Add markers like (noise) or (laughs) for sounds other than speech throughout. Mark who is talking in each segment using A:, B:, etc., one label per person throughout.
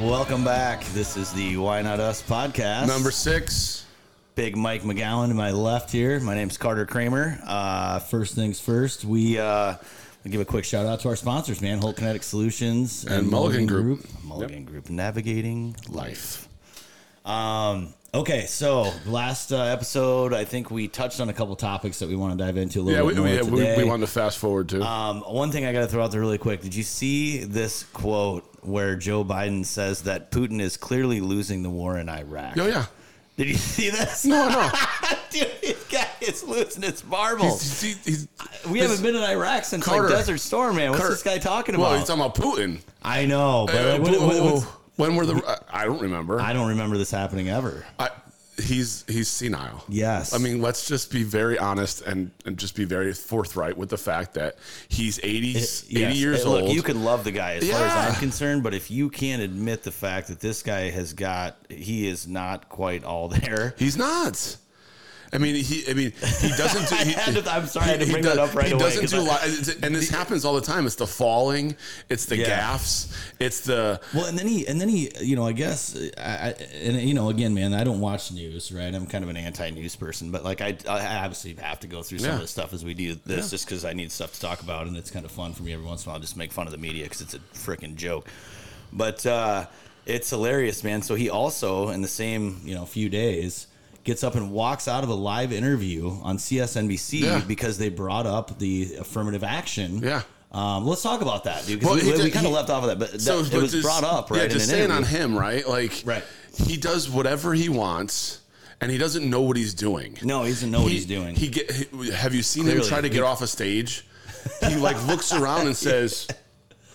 A: Welcome back. This is the Why Not Us podcast.
B: Number six.
A: Big Mike McGowan to my left here. My name's Carter Kramer. Uh, first things first, we uh, we give a quick shout out to our sponsors, man. Whole Kinetic Solutions
B: And Mulligan Group.
A: Mulligan Group, navigating life. Um, okay, so last uh, episode, I think we touched on a couple topics that we want to dive into a little
B: Yeah, we,
A: bit more
B: we, yeah, we,
A: today.
B: we wanted to fast forward to.
A: Um, one thing I got to throw out there really quick. Did you see this quote where Joe Biden says that Putin is clearly losing the war in Iraq?
B: oh yeah.
A: Did you see this?
B: No, no.
A: (laughs) Dude, this guy is losing its marbles.
B: He's- he's- he's-
A: we haven't been in Iraq since
B: Carter.
A: like Desert Storm, man. What's
B: Carter.
A: this guy talking
B: well,
A: about?
B: oh, he's talking about Putin.
A: I know, but
B: Uh,
A: like, what- what-
B: Putin-
A: what's-
B: when were the? I I don't remember.
A: I don't remember this happening ever.
B: I, he's he's senile.
A: Yes.
B: I mean, let's just be very honest and, and just be very forthright with the fact that he's 80, 80
A: Yes.
B: years
A: Hey, look,
B: old.
A: you can love the guy as far
B: Yeah.
A: as I'm concerned, but if you can't admit the fact that this guy has got, he is not quite all there.
B: he's not. I mean, he. I mean, he doesn't. Do, he,
A: had to- I'm sorry, (laughs) I had to bring that up right
B: he
A: away,
B: doesn't
A: 'cause
B: do
A: I-
B: a lot, and this happens all the time. It's the falling. It's the
A: Yeah.
B: gaffes. It's the
A: Well, and then he, and then he, you know, I guess, I, I, and you know, again, man, I don't watch news, right? I'm kind of an anti-news person, but like, I, I obviously have to go through some
B: Yeah.
A: of the stuff as we do this, just because I need stuff to talk about, and it's kind of fun for me every once in a while. Just make fun of the media because it's a freaking joke, but uh, it's hilarious, man. So he also, in the same, you know, few days. Gets up and walks out of a live interview on CSNBC
B: Yeah.
A: because they brought up the affirmative action.
B: Yeah.
A: um, let's talk about that, dude. 'cause
B: Well,
A: we,
B: he
A: we
B: did-
A: kind of
B: he-
A: left off of that, but that, it
B: but
A: was
B: just-
A: brought up, right?
B: Yeah,
A: in
B: just
A: an
B: saying on
A: interview.
B: him, right? Like,
A: Right.
B: He does whatever he wants, and he doesn't know what he's doing.
A: No, he doesn't know what
B: He-
A: he's doing.
B: He get. he- have you seen him
A: Clearly.
B: try to get off a stage? He like looks
A: (laughs)
B: around and says,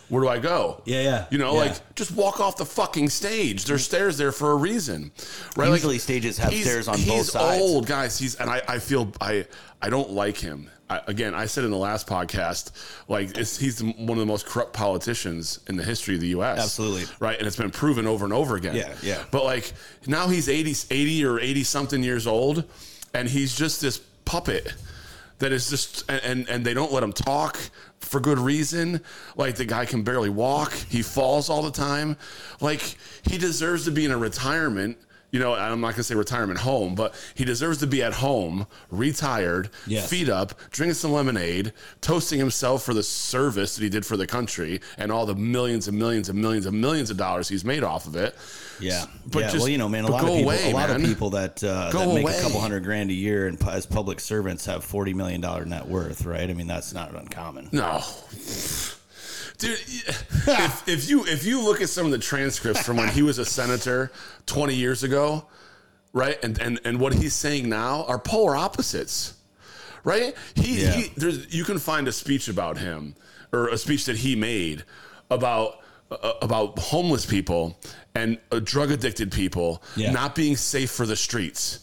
B: "Where do I go?"
A: Yeah, yeah,
B: You know,
A: yeah.
B: like just walk off the fucking stage. There's stairs there for a reason, right? Like,
A: Usually stages have
B: he's-
A: stairs on both sides.
B: He's old, guys. He's and I, I feel I I don't like him. I, again, I said in the last podcast, like it's, he's one of the most corrupt politicians in the history of the U.S.
A: Absolutely.
B: right, and it's been proven over and over again.
A: Yeah, yeah.
B: But like now he's 80, 80 or eighty something years old, and he's just this puppet that is just and, and and they don't let him talk for good reason. Like the guy can barely walk. He falls all the time. Like he deserves to be in a retirement. You know, I'm not gonna say retirement home, but he deserves to be at home, retired,
A: Yes.
B: feet up, drinking some lemonade, toasting himself for the service that he did for the country and all the millions and millions and millions and millions of dollars he's made off of it.
A: Yeah,
B: But
A: yeah.
B: just-
A: well, you know, man, a
B: but
A: lot of
B: go
A: people,
B: away,
A: a lot of
B: man.
A: people that, uh,
B: Go
A: that make a
B: away.
A: couple hundred grand a year and pu- as public servants have forty million dollar net worth, right? I mean, that's not uncommon.
B: No. Dude, if, if you if you look at some of the transcripts from when he was a senator 20 years ago, right? And and and what he's saying now are polar opposites. Right? He,
A: Yeah.
B: he there's you can find a speech about him or a speech that he made about uh, about homeless people and uh, drug addicted people
A: Yeah.
B: not being safe for the streets.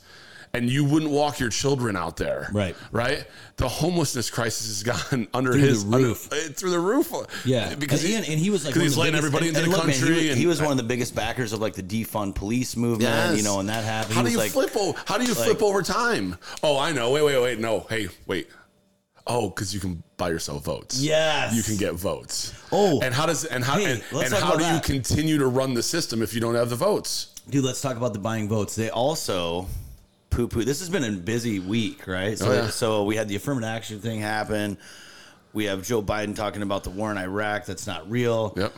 B: And you wouldn't walk your children out there.
A: Right.
B: Right? The homelessness crisis has gone (laughs) under
A: Through
B: his
A: the roof.
B: under- uh, through the roof.
A: Yeah,
B: because
A: and,
B: he,
A: and, and he was like
B: because
A: one of
B: he's
A: the
B: letting
A: biggest-
B: everybody
A: and-
B: into
A: and
B: the
A: look, man, he
B: country.
A: was-
B: and
A: he was one of the biggest backers of like the defund police movement, you know, and that happened.
B: How
A: he
B: do
A: was
B: you
A: like,
B: flip? o- how do you flip over time? Oh, I know. Wait, wait, wait. No, hey, wait. Oh, because you can buy yourself votes.
A: Yes.
B: you can get votes.
A: Oh.
B: and how does and how
A: Hey,
B: and,
A: let's
B: and
A: talk
B: how
A: about
B: do you
A: that.
B: continue to run the system if you don't have the votes?
A: Dude, let's talk about the buying votes. They also poo poo. This has been a busy week, right? So,
B: Oh, yeah.
A: so we had the affirmative action thing happen. We have Joe Biden talking about the war in Iraq that's not real.
B: Yep.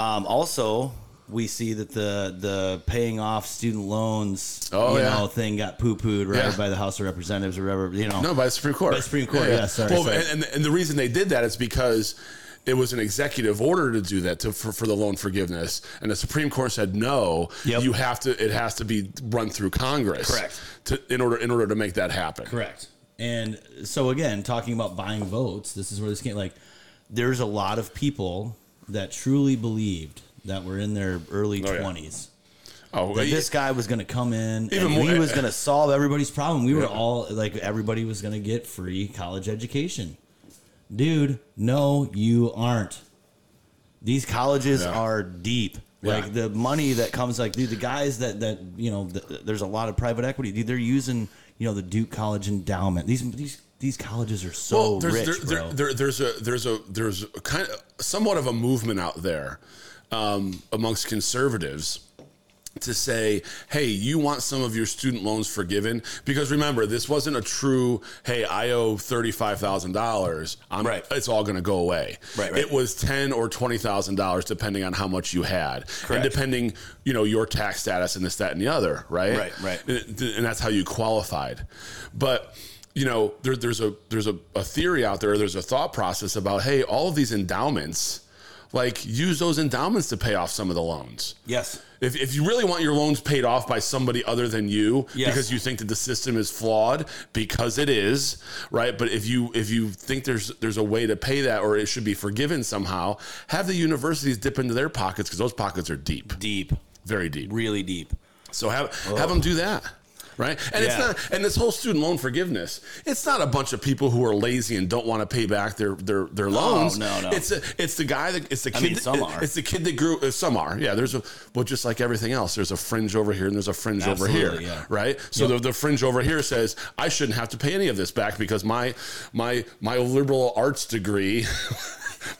A: Um, also, we see that the the paying off student loans,
B: Oh,
A: you
B: yeah.
A: know, thing got poo pooed right
B: Yeah.
A: by the House of Representatives or whatever. You know,
B: No, by the Supreme Court.
A: By the Supreme Court, yeah, sorry,
B: well,
A: sorry.
B: And, and, and the reason they did that is because it was an executive order to do that to, for, for the loan forgiveness, and the Supreme Court said no.
A: Yep.
B: You have to. It has to be run through Congress.
A: Correct.
B: To, in order in order to make that happen.
A: Correct. And so again, talking about buying votes, this is where this came. Like, there's a lot of people that truly believed that were in their early
B: Oh, yeah.
A: twenties.
B: Oh,
A: That
B: e-
A: this guy was going to come in
B: Even
A: and
B: more- eh,
A: he was going to solve everybody's problem. We were all like, everybody was going to get free college education. Dude, no, you aren't. These colleges
B: Yeah.
A: are deep.
B: Yeah.
A: Like the money that comes, like dude, the guys that that you know, th- there's a lot of private equity. Dude, they're using you know the Duke College endowment. These these these colleges are so
B: there's,
A: rich,
B: there,
A: bro.
B: There, there, there's a there's a there's a kind of somewhat of a movement out there um, amongst conservatives to say, hey, you want some of your student loans forgiven? Because remember, this wasn't a true, hey, I owe thirty-five thousand dollars.
A: Right.
B: It's all going to go away.
A: Right, right.
B: It was ten or twenty thousand dollars, depending on how much you had, and
A: Correct.
B: depending, you know, your tax status and this, that, and the other. Right. (laughs)
A: Right, right.
B: And, and that's how you qualified. But you know, there, there's a there's a, a theory out there. There's a thought process about, hey, all of these endowments. Like use those endowments to pay off some of the loans.
A: Yes.
B: If, if you really want your loans paid off by somebody other than you
A: Yes.
B: because you think that the system is flawed because it is right but if you if you think there's there's a way to pay that or it should be forgiven somehow have the universities dip into their pockets because those pockets are deep
A: Deep.
B: very deep
A: Really deep.
B: so have have them do that right and it's
A: Oh. Yeah.
B: not and this whole student loan forgiveness it's not a bunch of people who are lazy and don't want to pay back their their their loans
A: no, no.
B: it's a, it's the guy that it's the kid
A: mean,
B: that-
A: some are.
B: it's the kid that grew uh, some are yeah there's a well just like everything else there's a fringe over here and there's a fringe over
A: Absolutely,
B: here
A: yeah.
B: right so the, the fringe over here says i shouldn't have to pay any of this back because my my my liberal arts degree (laughs)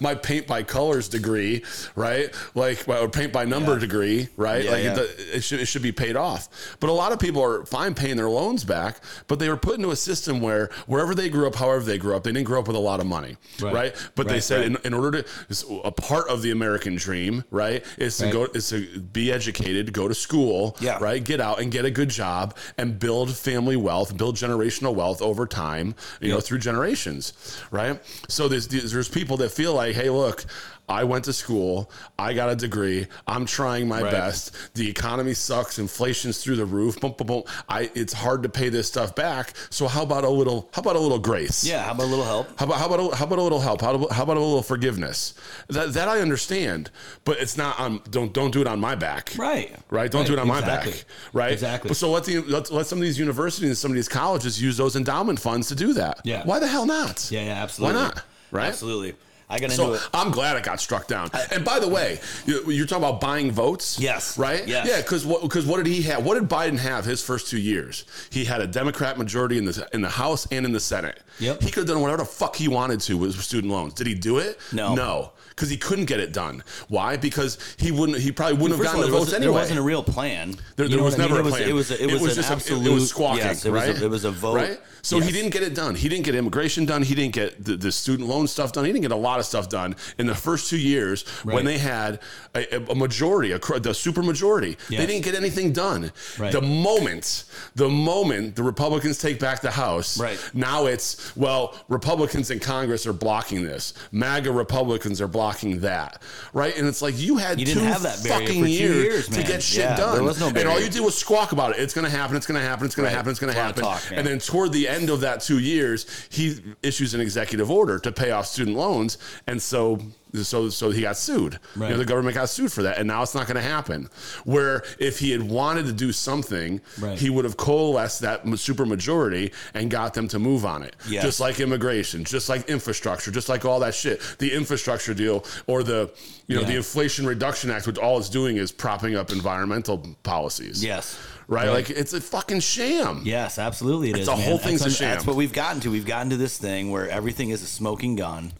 B: my paint by colors degree right like well, or paint by number degree right
A: Yeah,
B: like
A: yeah.
B: It, do- it should it should be paid off. But a lot of people are fine paying their loans back, but they were put into a system where wherever they grew up, however they grew up, they didn't grow up with a lot of money, right?
A: Right.
B: But they
A: Right,
B: said
A: right.
B: in, in order to it's a part of the American dream, right, is to
A: Right.
B: go is to be educated, go to school,
A: Yeah.
B: right, get out and get a good job and build family wealth, build generational wealth over time, you know, through generations, right? So there's there's people that feel like, hey, look. I went to school. I got a degree. I'm trying my
A: Right.
B: best. The economy sucks. Inflation's through the roof. Boom, boom, boom. I, it's hard to pay this stuff back. So how about a little? How about a little grace?
A: Yeah. How about a little help?
B: How about how about a, how about a little help? How about, how about a little forgiveness? That that I understand, but it's not on. Don't don't do it on my back.
A: Right.
B: Right. Don't do it on
A: Exactly.
B: my back. Right.
A: Exactly.
B: But So let the let, let some of these universities and some of these colleges use those endowment funds to do that.
A: Yeah.
B: Why the hell not?
A: Yeah. Yeah. Absolutely.
B: Why not? Right.
A: Absolutely. I got into
B: So
A: it.
B: I'm glad it got struck down. And by the way, you- you're talking about buying votes.
A: Yes.
B: Right.
A: Yes.
B: Yeah. Because what? Because what did he have? What did Biden have his first two years? He had a Democrat majority in the in the House and in the Senate.
A: Yep.
B: He could have done whatever the fuck he wanted to with student loans. Did he do it?
A: No.
B: No. Because he couldn't get it done. Why? Because he wouldn't. He probably wouldn't
A: First
B: have
A: of all,
B: gotten
A: there
B: the votes
A: wasn't,
B: anyway.
A: there wasn't a real plan.
B: There,
A: You
B: there
A: know
B: was
A: what I
B: never
A: mean?
B: a plan.
A: It was, it was, it was, an
B: just a- it-
A: absolute.
B: it was squawking,
A: yes, it was
B: right?
A: A, it was a vote.
B: Right? So he
A: Yes.
B: didn't get it done. He didn't get immigration done. He didn't get the, the student loan stuff done. He didn't get a lot of stuff done in the first two years when
A: Right.
B: they had a, a- a majority, a, cr- the super majority. They
A: Yes.
B: didn't get anything done.
A: Right.
B: The moment, the moment the Republicans take back the House,
A: Right.
B: now it's, well, Republicans in Congress are blocking this. MAGA Republicans are blocking that. Right? And it's like you had
A: You didn't
B: two
A: have that barrier
B: fucking
A: for two
B: years,
A: years,
B: to
A: man.
B: get shit
A: Yeah,
B: done.
A: there was no
B: and all
A: barrier.
B: you did was squawk about it. It's going to happen. It's going to happen. It's going to happen. It's going to
A: A lot
B: happen.
A: of talk, man.
B: and then toward the end of that two years, he issues an executive order to pay off student loans, and so. So, so he got sued. You know,
A: Right.
B: the government got sued for that, and now it's not going to happen. Where if he had wanted to do something,
A: Right.
B: he would have coalesced that m- supermajority and got them to move on it.
A: Yes.
B: Just like immigration, just like infrastructure, just like all that shit. The infrastructure deal or the you know the
A: Yeah.
B: Inflation Reduction Act, which all it's doing is propping up environmental policies.
A: Yes.
B: Right? Like it's a fucking sham.
A: Yes, absolutely. it's
B: the whole thing's a
A: that's,
B: sham.
A: That's what we've gotten to. We've gotten to this thing where everything is a smoking gun,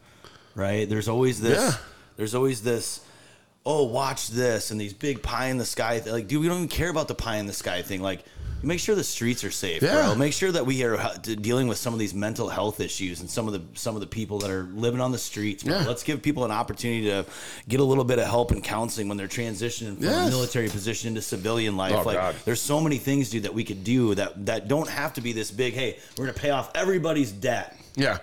A: right? There's always this.
B: Yeah.
A: There's always this. Oh, watch this and these big pie in the sky. Th- like, dude, we don't even care about the pie in the sky thing. Like, make sure the streets are safe,
B: Yeah.
A: bro. Make sure that we are ha- de- dealing with some of these mental health issues and some of the some of the people that are living on the streets. bro.
B: Yeah.
A: Let's give people an opportunity to get a little bit of help and counseling when they're transitioning from
B: Yes.
A: a military position into civilian life.
B: Oh,
A: like,
B: God.
A: there's so many things, dude, that we could do that that don't have to be this big. Hey, we're gonna pay off everybody's debt.
B: Yeah.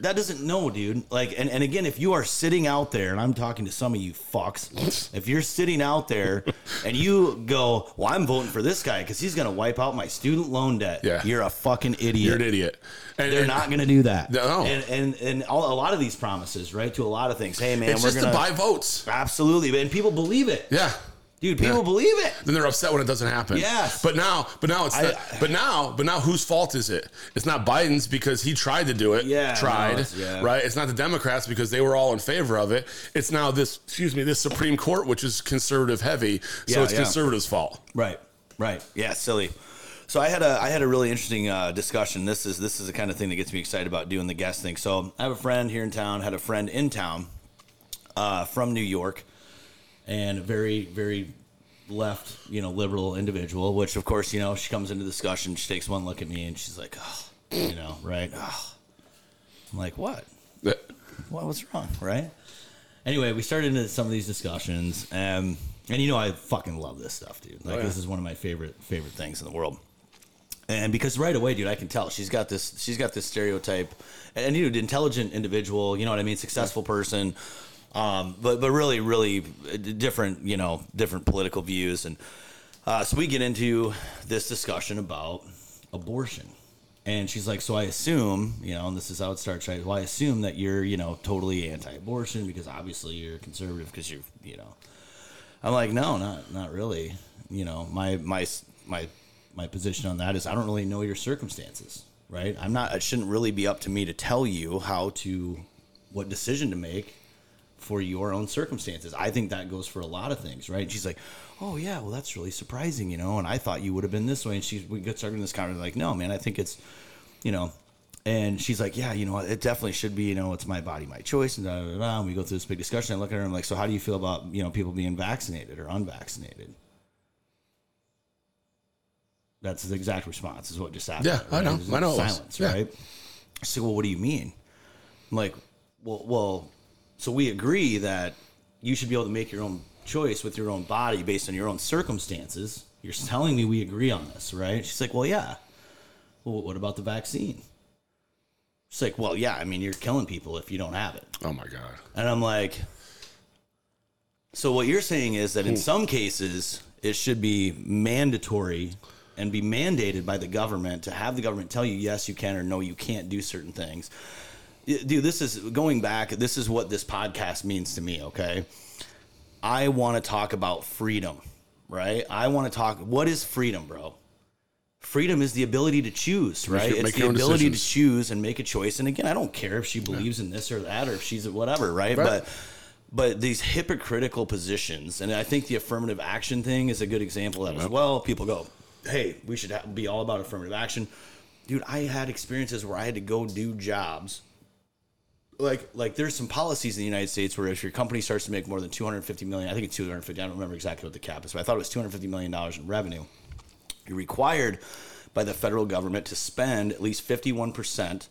A: That doesn't know, dude. Like, and, and again, if you are sitting out there, and I'm talking to some of you
B: (laughs)
A: fucks, if you're sitting out there and you go, "Well, I'm voting for this guy because he's gonna wipe out my student loan debt,"
B: Yeah.
A: you're a fucking idiot.
B: You're an idiot. And,
A: They're
B: and
A: not gonna do that.
B: No.
A: And and and all, a lot of these promises, right? To a lot of things. Hey, man,
B: It's
A: we're
B: just
A: gonna
B: to buy votes.
A: absolutely, and people believe it,
B: Yeah.
A: dude. People believe it.
B: Then they're upset when it doesn't happen.
A: Yes.
B: But now, but now it's
A: I-
B: the, but now, but now whose fault is it? It's not Biden's because he tried to do it.
A: Yeah,
B: Tried.
A: no, it's- yeah.
B: Right. It's not the Democrats because they were all in favor of it. It's now this, excuse me, this Supreme Court, which is conservative heavy. So
A: Yeah,
B: it's
A: yeah.
B: conservatives' fault.
A: Right. Right. Yeah. Silly. So I had a I had a really interesting uh, discussion. This is this is the kind of thing that gets me excited about doing the guest thing. So I have a friend here in town. Had a friend in town uh, from New York, and a very very left, you know, liberal individual, which of course, you know, she comes into discussion, she takes one look at me and she's like, oh, you know, right? Oh. I'm like, what? What what's wrong, right? Anyway, we started into some of these discussions, um, and you know, I fucking love this stuff, dude. Like,
B: yeah.
A: this is one of my favorite favorite things in the world. And because right away, dude, I can tell she's got this. She's got this stereotype, and dude, intelligent individual. You know what I mean? Successful person, um, but but really, really different. You know, different political views, and uh, so we get into this discussion about abortion, and she's like, "So I assume, you know, and this is how it starts, right? Well, I assume that you're, you know, totally anti-abortion because obviously you're conservative because you're, you know." I'm like, no, not not really. You know, my my my my position on that is I don't really know your circumstances, right? I'm not. It shouldn't really be up to me to tell you how to, what decision to make for your own circumstances. I think that goes for a lot of things, right? And she's like, oh yeah, well that's really surprising, you know. And I thought you would have been this way. And she we got started in this conversation like, no, man, I think it's, you know. And she's like, yeah, you know, it definitely should be, you know, it's my body, my choice, and, da, da, da, da. and we go through this big discussion. I look at her and I'm like, so how do you feel about, you know, people being vaccinated or unvaccinated? That's the exact response, is what just happened.
B: Yeah, I know,
A: It was
B: I know it was.
A: Silence,
B: Yeah.
A: right? I said, well, what do you mean? I'm like, well, well, so we agree that you should be able to make your own choice with your own body based on your own circumstances. You're (laughs) telling me we agree on this, right? She's like, well, yeah. Well, what about the vaccine? She's like, well, yeah. I mean, you're killing people if you don't have it.
B: Oh my god.
A: And I'm like, so what you're saying is that in some cases it should be mandatory and be mandated by the government to have the government tell you yes you can or no you can't do certain things. Y- Dude, this is going back. This is what this podcast means to me, okay? I want to talk about freedom, right? I want to talk what is freedom, bro? Freedom is the ability to choose, right?
B: your-
A: it's
B: make
A: the
B: your own
A: ability
B: decisions.
A: to choose and make a choice. And again, I don't care if she believes in this or that or if she's whatever, right?
B: Right.
A: But but these hypocritical positions, and I think the affirmative action thing is a good example of that as well. People go, "Hey, we should ha- be all about affirmative action." Dude, I had experiences where I had to go do jobs. Like, like there's some policies in the United States where if your company starts to make more than 250 million, I think it's 250. I don't remember exactly what the cap is, but I thought it was 250 million dollars in revenue you're required by the federal government to spend at least 51%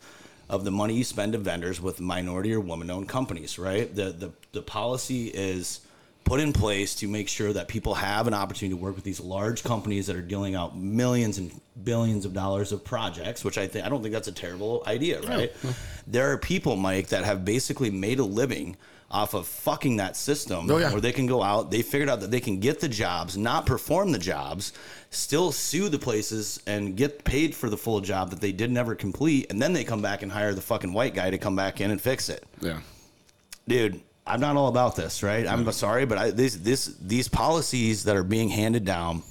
A: of the money you spend to vendors with minority or woman-owned companies right the, the, the policy is put in place to make sure that people have an opportunity to work with these large companies that are dealing out millions and billions of dollars of projects which i think i don't think that's a terrible idea right there are people mike that have basically made a living off of fucking that system
B: Oh, yeah.
A: where they can go out they figured out that they can get the jobs not perform the jobs still sue the places and get paid for the full job that they did never complete and then they come back and hire the fucking white guy to come back in and fix it
B: Yeah.
A: dude i'm not all about this right i'm sorry but I, this, this, these policies that are being handed down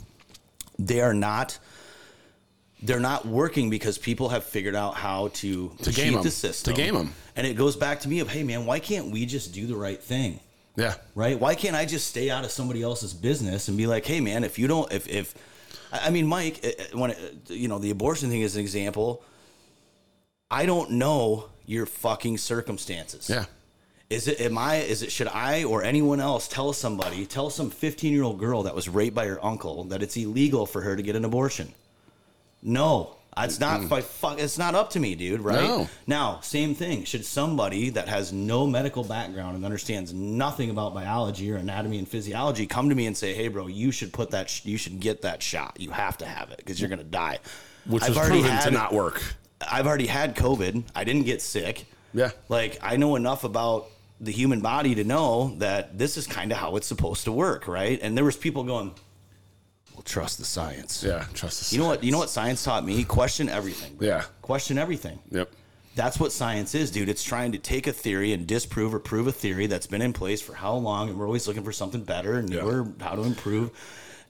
A: they are not they're not working because people have figured out how to,
B: To game
A: cheat
B: 'em.
A: the system
B: To game 'em.
A: and it goes back to me of hey man why can't we just do the right thing
B: Yeah.
A: right? Why can't I just stay out of somebody else's business and be like, hey, man, if you don't, if, if, I I mean, Mike, eh, eh, when, it, you know, the abortion thing is an example. I don't know your fucking circumstances.
B: Yeah.
A: Is it, am I, is it, should I or anyone else tell somebody, tell some 15 year old girl that was raped by her uncle that it's illegal for her to get an abortion? No. It's not fi- fuck. It's not up to me, dude. Right
B: No.
A: now, same thing. Should somebody that has no medical background and understands nothing about biology or anatomy and physiology come to me and say, "Hey, bro, you should put that. Sh- you should get that shot. You have to have it because you're gonna die."
B: Which
A: I've
B: is
A: already
B: proven to
A: had-
B: not work.
A: I've already had COVID. I didn't get sick.
B: Yeah.
A: Like I know enough about the human body to know that this is kind of how it's supposed to work, right? And there was people going, "Well, trust the science."
B: Yeah. Trust us.
A: You know what? You know what science taught me? Question everything. bro.
B: Yeah.
A: Question everything.
B: Yep.
A: That's what science is, dude. It's trying to take a theory and disprove or prove a theory that's been in place for how long, and we're always looking for something better and newer, how to improve.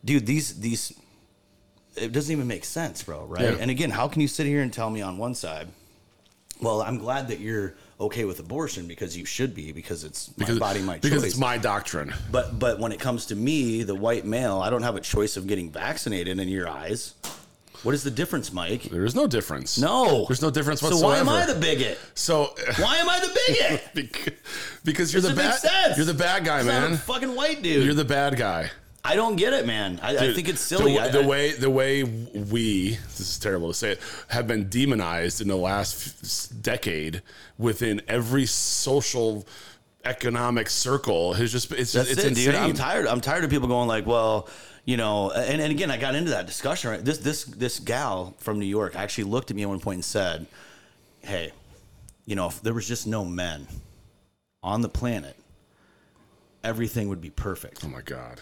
A: Dude, these these it doesn't even make sense, bro. Right?
B: Yeah.
A: And again, how can you sit here and tell me on one side? Well, I'm glad that you're okay with abortion because you should be because it's my body, my
B: because
A: choice.
B: it's my doctrine.
A: But but when it comes to me, the white male, I don't have a choice of getting vaccinated in your eyes. What is the difference, Mike?
B: There is no difference.
A: No.
B: There's no difference
A: So why
B: whatsoever.
A: am I the bigot?
B: So (laughs)
A: Why am I the bigot?
B: bec- because you're the
A: Doesn't make
B: bad
A: sense.
B: you're the bad guy,
A: I'm a
B: man.
A: fucking white dude.
B: You're the bad guy.
A: I don't get it, man. I, I
B: Dude,
A: think it's silly.
B: The,
A: I-
B: the
A: I-
B: way the way we this is terrible to say it have been demonized in the last f- s- decade within every social economic circle has just it's just
A: That's
B: it's
A: it,
B: insane.
A: dude. I'm tired. I'm tired of people going like, well, you know, and, and again, I got into that discussion. Right? This this this gal from New York actually looked at me at one point and said, "Hey, you know, if there was just no men on the planet, everything would be perfect."
B: oh my god.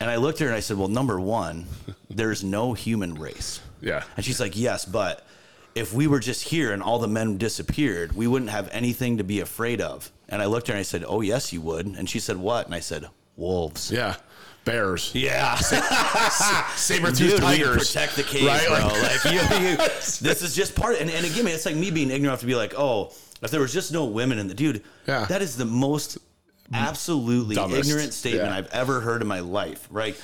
A: And I looked at her and I said, "Well, number one, there's no human race."
B: Yeah.
A: And she's like, "Yes, but." If we were just here and all the men disappeared, we wouldn't have anything to be afraid of. And I looked at her and I said, Oh, yes, you would. And she said, What? And I said, Wolves.
B: Yeah. Bears.
A: (laughs) Yeah,
B: Saber
A: dude,
B: tooth
A: we
B: tigers.
A: protect the cave,
B: right?
A: bro.
B: Like- (laughs)
A: Like, you, you, this is just part. And, and again, man, it's like me being ignorant enough to be like, oh, if there was just no women in the dude,
B: Yeah.
A: that is the most absolutely
B: Dumbest.
A: ignorant statement
B: Yeah.
A: I've ever heard in my life. Right?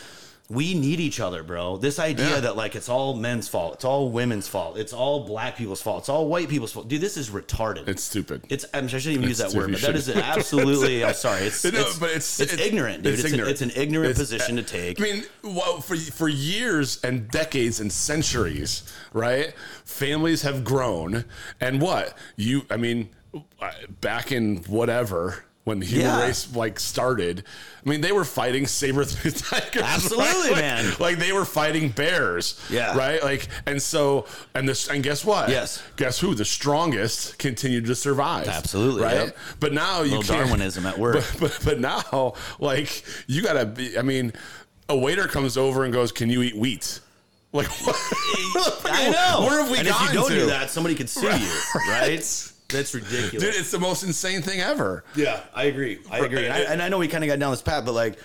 A: We need each other, bro. This idea
B: Yeah.
A: that like it's all men's fault, it's all women's fault, it's all black people's fault, it's all white people's fault, dude. This is retarded.
B: It's stupid.
A: It's I'm, I shouldn't even use that
B: It's-
A: word,
B: you
A: but that is
B: shouldn't. (laughs)
A: absolutely. I'm sorry. It's,
B: No,
A: it's,
B: but
A: it's, ignorant, dude. It's, an- it's an ignorant
B: It's-
A: position to take.
B: I mean, well, for for years and decades and centuries, right? Families have grown, and what you? I mean, uh, back in whatever when the human
A: Yeah.
B: race like started, I mean, they were fighting saber tooth (laughs) tigers,
A: Absolutely,
B: right? Like-
A: man.
B: Like they were fighting bears,
A: Yeah.
B: right? Like, and so, and this, and guess what?
A: Yes.
B: guess who? The strongest continued to survive.
A: Absolutely,
B: right?
A: yep.
B: But now you
A: Little
B: can't.
A: Darwinism at work.
B: But, (laughs) but but now like you gotta be i mean a waiter comes over and goes can you eat wheat like (laughs) what,
A: I know.
B: where have we
A: and
B: gotten
A: if you don't
B: to
A: do that, somebody could sue you, (laughs) right? That's ridiculous.
B: dude it's the most insane thing ever
A: yeah, I agree. I agree. And I, and I know we kind of got down this path, but like,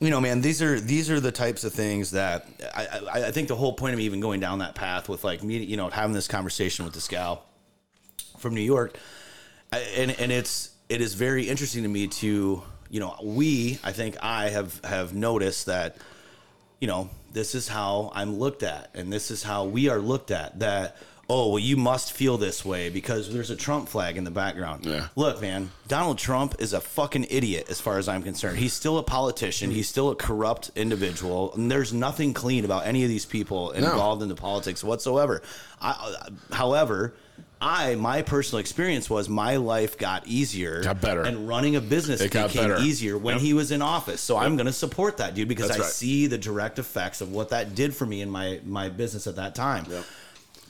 A: you know, man, these are these are the types of things that I, I, I think the whole point of me even going down that path with like me, you know, having this conversation with this gal from New York, I, and and it's it is very interesting to me to you know we I think I have have noticed that you know, this is how I'm looked at and this is how we are looked at that oh, well you must feel this way because there's a Trump flag in the background.
B: Yeah.
A: Look, man, Donald Trump is a fucking idiot as far as I'm concerned. He's still a politician, he's still a corrupt individual, and there's nothing clean about any of these people involved in the politics whatsoever. I, uh, however, I my personal experience was my life got easier
B: Got better.
A: and running a business
B: It got
A: became
B: better.
A: easier when he was in office. So I'm going to support that dude because
B: That's
A: I
B: right.
A: see the direct effects of what that did for me in my my business at that time.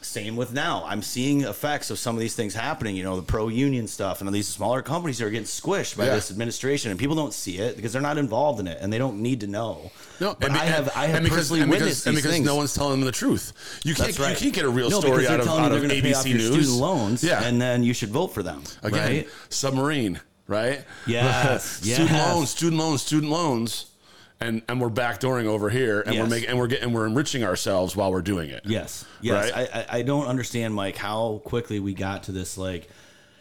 A: Same with now. I'm seeing effects of some of these things happening. You know, the pro union stuff and these smaller companies are getting squished by
B: Yeah.
A: this administration, and people don't see it because they're not involved in it and they don't need to know.
B: no,
A: but
B: and be-
A: I have I have
B: and
A: personally
B: and
A: witnessed
B: and
A: these
B: because
A: things.
B: no one's telling them the truth. You can't
A: That's right.
B: you can't get a real
A: No, because
B: story
A: they're
B: out of,
A: telling you
B: out of
A: they're gonna
B: ABC
A: pay off your
B: News.
A: student loans,
B: yeah,
A: and then you should vote for them
B: again,
A: right?
B: submarine, right?
A: Yes,
B: (laughs) student
A: yes.
B: loans, student loans, student loans, and and we're backdooring over here, and we're
A: Yes.
B: making and we're getting we're enriching ourselves while we're doing it.
A: Yes. Yes.
B: Right?
A: I, I, I don't understand, Mike, how quickly we got to this, like,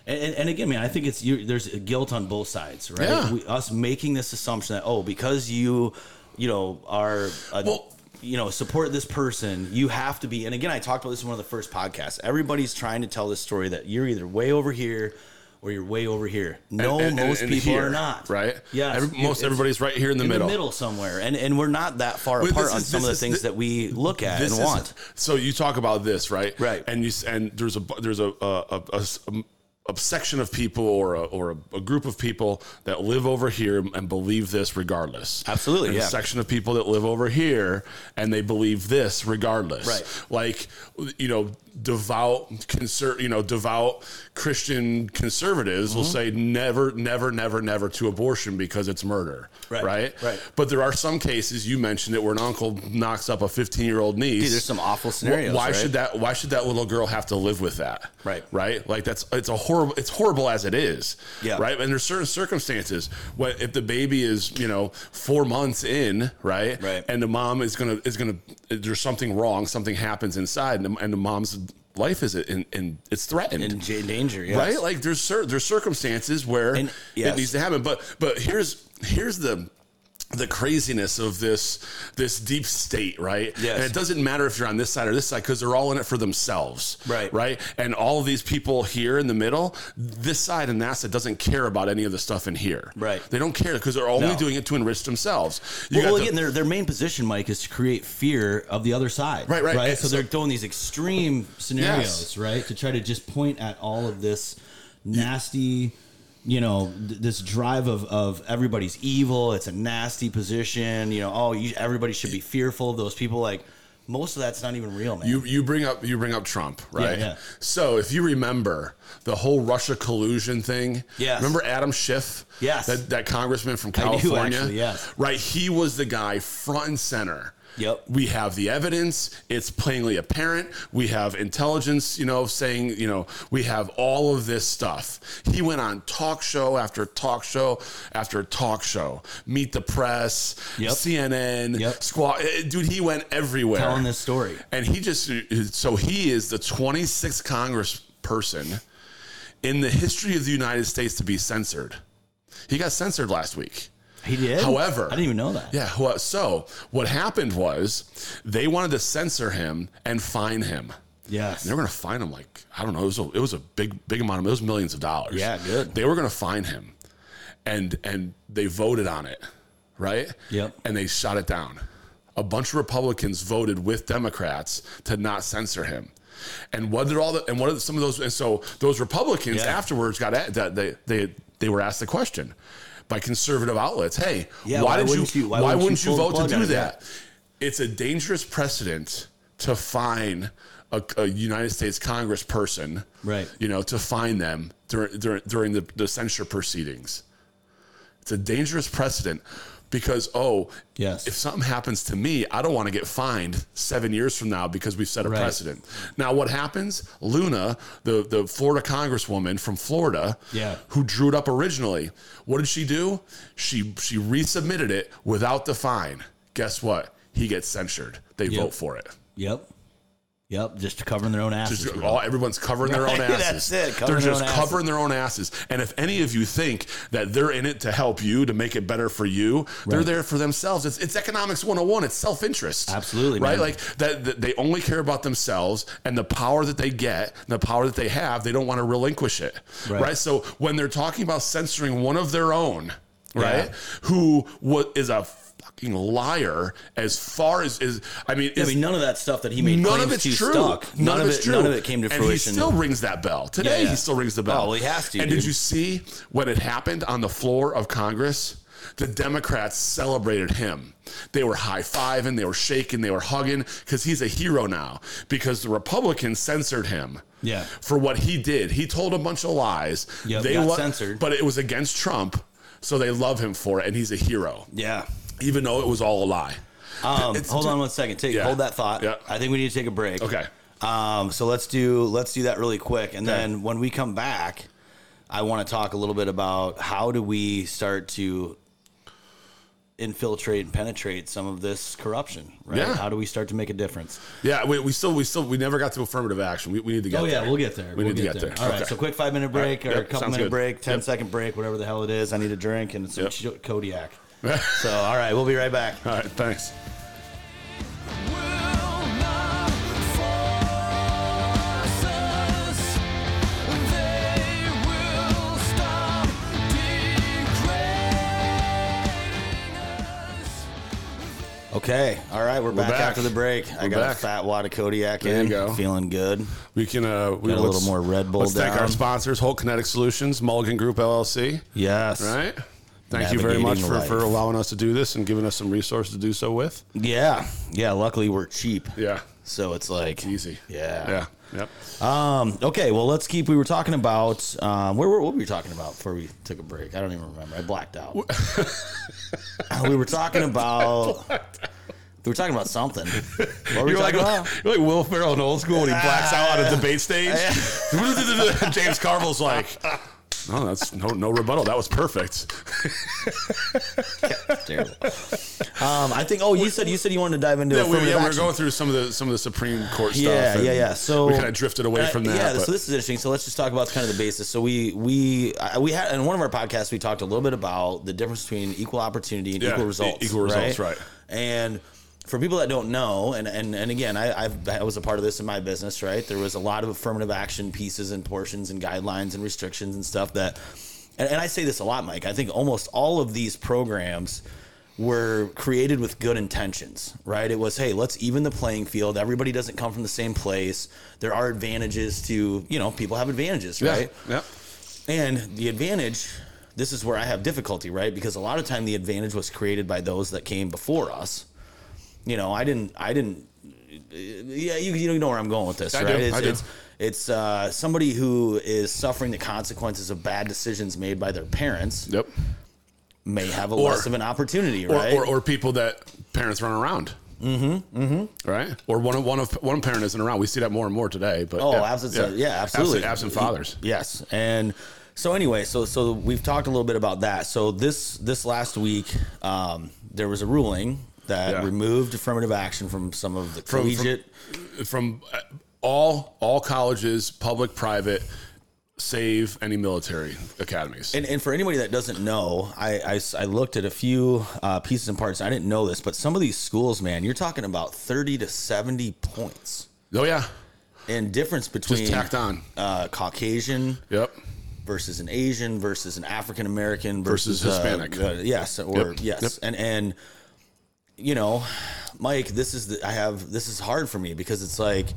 A: and, and, and again, man, I think it's you. There's guilt on both sides, right?
B: Yeah.
A: We, us making this assumption that oh, because you, you know, are a,
B: Well-
A: you know, support this person, you have to be. And again, I talked about this in one of the first podcasts. Everybody's trying to tell this story that you're either way over here or you're way over here. No,
B: And- and-
A: most
B: and
A: people
B: here,
A: are not,
B: right.
A: Yeah,
B: Every- most everybody's right here in the
A: in
B: middle.
A: the middle somewhere, and and we're not that far
B: Wait,
A: apart
B: this
A: on
B: is-
A: some of
B: this
A: the
B: is-
A: things that we look at
B: This
A: and
B: is-
A: want.
B: So you talk about this, right?
A: Right.
B: And you s- and there's a bu- there's a a, a- a s- um, a section of people or a, or a, a group of people that live over here and believe this regardless.
A: Absolutely,
B: And
A: yeah.
B: A section of people that live over here and they believe this regardless.
A: Right.
B: Like you know devout conser- you know devout Christian conservatives will
A: Mm-hmm.
B: say never never never never to abortion because it's murder.
A: Right,
B: Right.
A: right.
B: But there are some cases you mentioned it where an uncle knocks up a 15 year old niece.
A: Dude, there's some awful scenarios.
B: Why
A: right?
B: should that? Why should that little girl have to live with that?
A: Right.
B: Right. Like that's it's a horrible. It's horrible as it is.
A: Yeah.
B: Right. And there's certain circumstances. What if the baby is you know four months in right?
A: Right.
B: And the mom is gonna is gonna there's something wrong. Something happens inside, and the, and the mom's life is in, in it's threatened.
A: in j- danger, yes.
B: right? Like there's cer- there's circumstances where
A: And- yes.
B: it needs to happen, but but here's here's the the craziness of this this deep state, right?
A: Yes.
B: And it doesn't matter if you're on this side or this side because they're all in it for themselves,
A: Right.
B: Right. And all these people here in the middle, this side and that side doesn't care about any of the stuff in here,
A: Right.
B: They don't care because they're only
A: No.
B: doing it to enrich themselves. You
A: Well,
B: got
A: well,
B: the-
A: again, their, their main position, Mike, is to create fear of the other side.
B: Right, right.
A: So,
B: So-
A: they're doing these extreme scenarios,
B: Yes.
A: right, to try to just point at all of this nasty, you know, th- this drive of, of everybody's evil. It's a nasty position. You know, oh, you, everybody should be fearful of those people. Like, most of that's not even real, man.
B: You you bring up you bring up Trump, right?
A: yeah.
B: So if you remember the whole Russia collusion thing,
A: Yes.
B: Remember Adam Schiff?
A: Yes.
B: That, that congressman from
A: do,
B: California.
A: actually, yes.
B: Right. He was the guy front and center.
A: Yep.
B: We have the evidence. It's plainly apparent. We have intelligence, you know, saying, you know, we have all of this stuff. He went on talk show after talk show after talk show. Meet the press,
A: Yep.
B: CNN,
A: Yep.
B: Squad. eh, Dude, he went everywhere
A: telling this story.
B: and he just so he is the 26th congressperson in the history of the united states to be censored he got censored last week
A: He did.
B: However-
A: I didn't even know that.
B: yeah wha- so what happened was they wanted to censor him and fine him
A: Yes.
B: they were going to fine him like i don't know it was a, it was a big big amount of it was millions of dollars
A: Yeah, good.
B: they were going to fine him and and they voted on it right
A: Yep.
B: and they shot it down a bunch of republicans voted with democrats to not censor him and what did all the and what are some of those and so those republicans
A: Yeah.
B: afterwards got at, that they they they were asked the question by conservative outlets hey
A: Yeah,
B: why,
A: why
B: did
A: wouldn't
B: you,
A: you-
B: why,
A: why wouldn't you pull
B: wouldn't you,
A: the
B: vote to
A: plug on
B: do
A: it?
B: that it's a dangerous precedent to fine a, a United States Congress person,
A: Right.
B: You know, to fine them during during, during the, the censure proceedings. It's a dangerous precedent because oh,
A: Yes.
B: if something happens to me, I don't want to get fined seven years from now because we've set a
A: Right.
B: precedent. Now, what happens? Luna, the the Florida Congresswoman from Florida,
A: Yeah.
B: who drew it up originally, what did she do? She she resubmitted it without the fine. Guess what? He gets censured. They vote for it.
A: Yep. Yep. Just covering their own asses.
B: Just all everyone's covering their
A: Right, (laughs)
B: own
A: that's it,
B: asses. They're
A: covering their
B: just
A: own asses.
B: covering their own asses. And if any of you think that they're in it to help you to make it better for you, they're there for themselves. It's, it's economics 101. It's self interest.
A: Absolutely,
B: Right.
A: man.
B: Like that, that they only care about themselves and the power that they get, and the power that they have. They don't want to relinquish it. Right.
A: Right.
B: So when they're talking about censoring one of their own, right,
A: Yeah.
B: who what is a fucking liar as far as is I mean,
A: I
B: is-
A: mean, none of that stuff that he made
B: none
A: claims
B: of it's
A: to
B: true.
A: stuck.
B: None, of it's
A: it,
B: true.
A: None of it came to fruition.
B: And he still rings that bell today.
A: Yeah, yeah.
B: He still rings the bell.
A: Oh, well, he has to,
B: And did
A: dude.
B: you see when it happened on the floor of Congress? The Democrats celebrated him. They were high fiving, they were shaking, they were hugging because he's a hero now. Because the Republicans censored him.
A: Yeah.
B: For what he did, he told a bunch of lies.
A: Yep, got
B: lo-
A: censored.
B: but it was against Trump, so they love him for it, and he's a hero,
A: yeah.
B: even though it was all a lie.
A: Um,
B: It's-
A: hold on one second. Take,
B: Yeah.
A: Hold that thought.
B: Yeah.
A: I think we need to take a break.
B: Okay.
A: Um, so let's do let's do that really quick, and then when we come back, I want to talk a little bit about how do we start to infiltrate and penetrate some of this corruption, right?
B: Yeah.
A: How do we start to make a difference?
B: Yeah, we, we still we still we never got to affirmative action. We, we need to get.
A: Oh yeah,
B: there.
A: we'll get there.
B: We
A: will
B: need to get there.
A: All right,
B: Okay.
A: so quick five minute break
B: All right.
A: or
B: Yep,
A: a couple
B: sounds
A: minute
B: good.
A: break, ten second
B: Yep.
A: break, whatever the hell it is. I need a drink and some
B: Yep.
A: ch-
B: (laughs)
A: Kodiak. so all right, we'll be right back.
B: All right, thanks.
C: Will not force us. They will stop degrading us.
A: Okay, all right, we're back,
B: back.
A: after the break. I
B: We're
A: got
B: back.
A: a fat wad of Kodiak
B: There you
A: in.
B: go.
A: Feeling good.
B: We can uh, we
A: Got a
B: let's-
A: little more Red Bull
B: Let's thank our
A: down.
B: sponsors, Holt Kinetic Solutions, Mulligan Group LLC.
A: Yes.
B: Right. Thank you very
A: Navigating
B: much for, for
A: life.
B: allowing us to do this and giving us some resources to do so with.
A: Yeah. Yeah. Luckily, we're cheap.
B: Yeah,
A: So it's like
B: easy.
A: Yeah.
B: yeah, yep.
A: Um. Okay. Well, let's keep. We were talking about um. Where, were what were we talking about before we took a break? I don't even remember. I blacked out. (laughs) we were talking
B: (laughs)
A: about. We were talking about something. What were we
B: You're like,
A: talking about?
B: (laughs) you're like
A: (laughs)
B: Will (laughs) Ferrell in old school when he blacks out on a debate stage. James Carville's like, No, that's no no rebuttal. That was perfect.
A: Terrible. Um, I think. Oh, you said you said you wanted to dive into.
B: Yeah, we,
A: affirmative
B: yeah, we were
A: action.
B: going through some of the some of the Supreme Court stuff.
A: Yeah,
B: and
A: yeah, yeah. So
B: we kind of drifted away
A: Uh,
B: from that.
A: Yeah,
B: but
A: so this is interesting. So let's just talk about kind of the basis. So we we I- we had in one of our podcasts we talked a little bit about the difference between equal opportunity and
B: Yeah,
A: equal
B: e-
A: results.
B: equal results, right.
A: And for people that don't know, and and and again, I I've, I was a part of this in my business, right? There was a lot of affirmative action pieces and portions and guidelines and restrictions and stuff that. And, and I say this a lot, Mike. I think almost all of these programs were created with good intentions, right? It was, hey, let's even the playing field. Everybody doesn't come from the same place. There are advantages to, you know, people have advantages,
B: yeah,
A: right?
B: yeah.
A: And the advantage, this is where I have difficulty, right? Because a lot of time the advantage was created by those that came before us. You know, I didn't, I didn't. Yeah, you you know where I'm going with this,
B: I do,
A: right? It's,
B: I do.
A: it's it's uh, somebody who is suffering the consequences of bad decisions made by their parents
B: Yep.
A: may have a
B: Or-
A: less of an opportunity,
B: Or,
A: right?
B: or, or people that parents run around. Mm-hmm. Mm-hmm. Right. Or one of one of one parent isn't around. We see that more and more today. But
A: Oh, absent- yeah, absolutely.
B: Absent, absent fathers.
A: Yes, and so anyway, so so we've talked a little bit about that. So this this last week, um, there was a ruling that
B: Yeah.
A: removed affirmative action from some of the
B: from-
A: collegiate.
B: from uh, all all colleges, public, private, save any military academies.
A: and, and for anybody that doesn't know, I, I s- I looked at a few uh, pieces and parts. I didn't know this, but some of these schools, man, you're talking about thirty to seventy points
B: oh yeah,
A: in difference between
B: just tacked on.
A: uh, Caucasian
B: Yep.
A: versus an Asian versus an African American versus,
B: Versus
A: uh,
B: Hispanic.
A: uh, yes, or
B: Yep,
A: yes,
B: yep.
A: and and you know, Mike, this is the, I have this is hard for me because it's like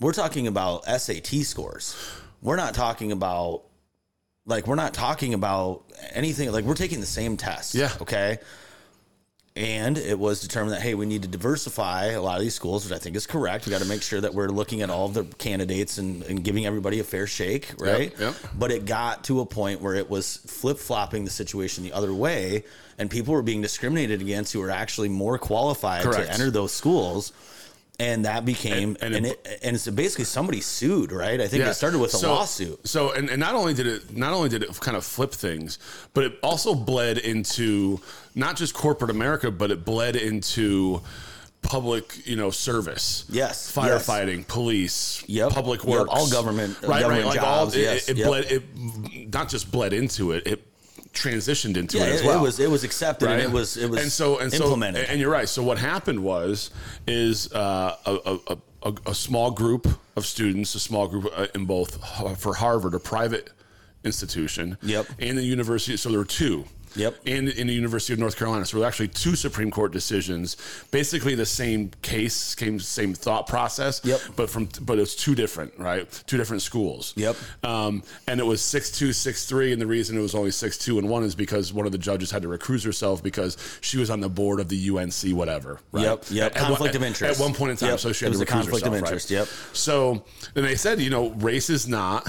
A: we're talking about SAT scores. We're not talking about like we're not talking about anything. Like we're taking the same test.
B: Yeah.
A: Okay. And it was determined that hey, we need to diversify a lot of these schools, which I think is correct. We got to make sure that we're looking at all of the candidates and, and giving everybody a fair shake, right?
B: yep.
A: But it got to a point where it was flip flopping the situation the other way, and people were being discriminated against who were actually more qualified
B: Correct.
A: to enter those schools. And that became and
B: And- and
A: and,
B: it-
A: it, and it's basically somebody sued, right? I think
B: Yeah.
A: it started with a
B: So-
A: lawsuit.
B: So and, and not only did it not only did it kind of flip things, but it also bled into not just corporate America, but it bled into public, you know, service.
A: Yes, yes.
B: Firefighting, police,
A: Yep,
B: public
A: yep,
B: works.
A: all government- uh,
B: Right,
A: government
B: right. Like
A: jobs,
B: all it,
A: yes,
B: it, it
A: yep.
B: bled it not just bled into it, it transitioned into
A: Yeah,
B: it as
A: it,
B: well.
A: it was it was accepted and
B: Right?
A: it was it was
B: and so and so
A: implemented.
B: and you're right. So what happened was is uh, a, a, a, a small group of students, a small group uh, in both uh, for Harvard, a private institution,
A: Yep.
B: and the university. So there were two.
A: Yep.
B: And in the University of North Carolina, so there were actually two Supreme Court decisions, basically the same case, same same thought process.
A: Yep.
B: But from but it's two different, right? Two different schools.
A: Yep.
B: Um, and it was six two, six three, and the reason it was only six two and one is because one of the judges had to recuse herself because she was on the board of the UNC whatever. Right?
A: Yep, yep.
B: one-
A: Conflict of interest.
B: At one point in time,
A: Yep.
B: so she
A: It
B: had
A: was
B: to
A: a
B: recuse
A: conflict of
B: herself, right?
A: interest, yep.
B: So and they said, you know, race is not.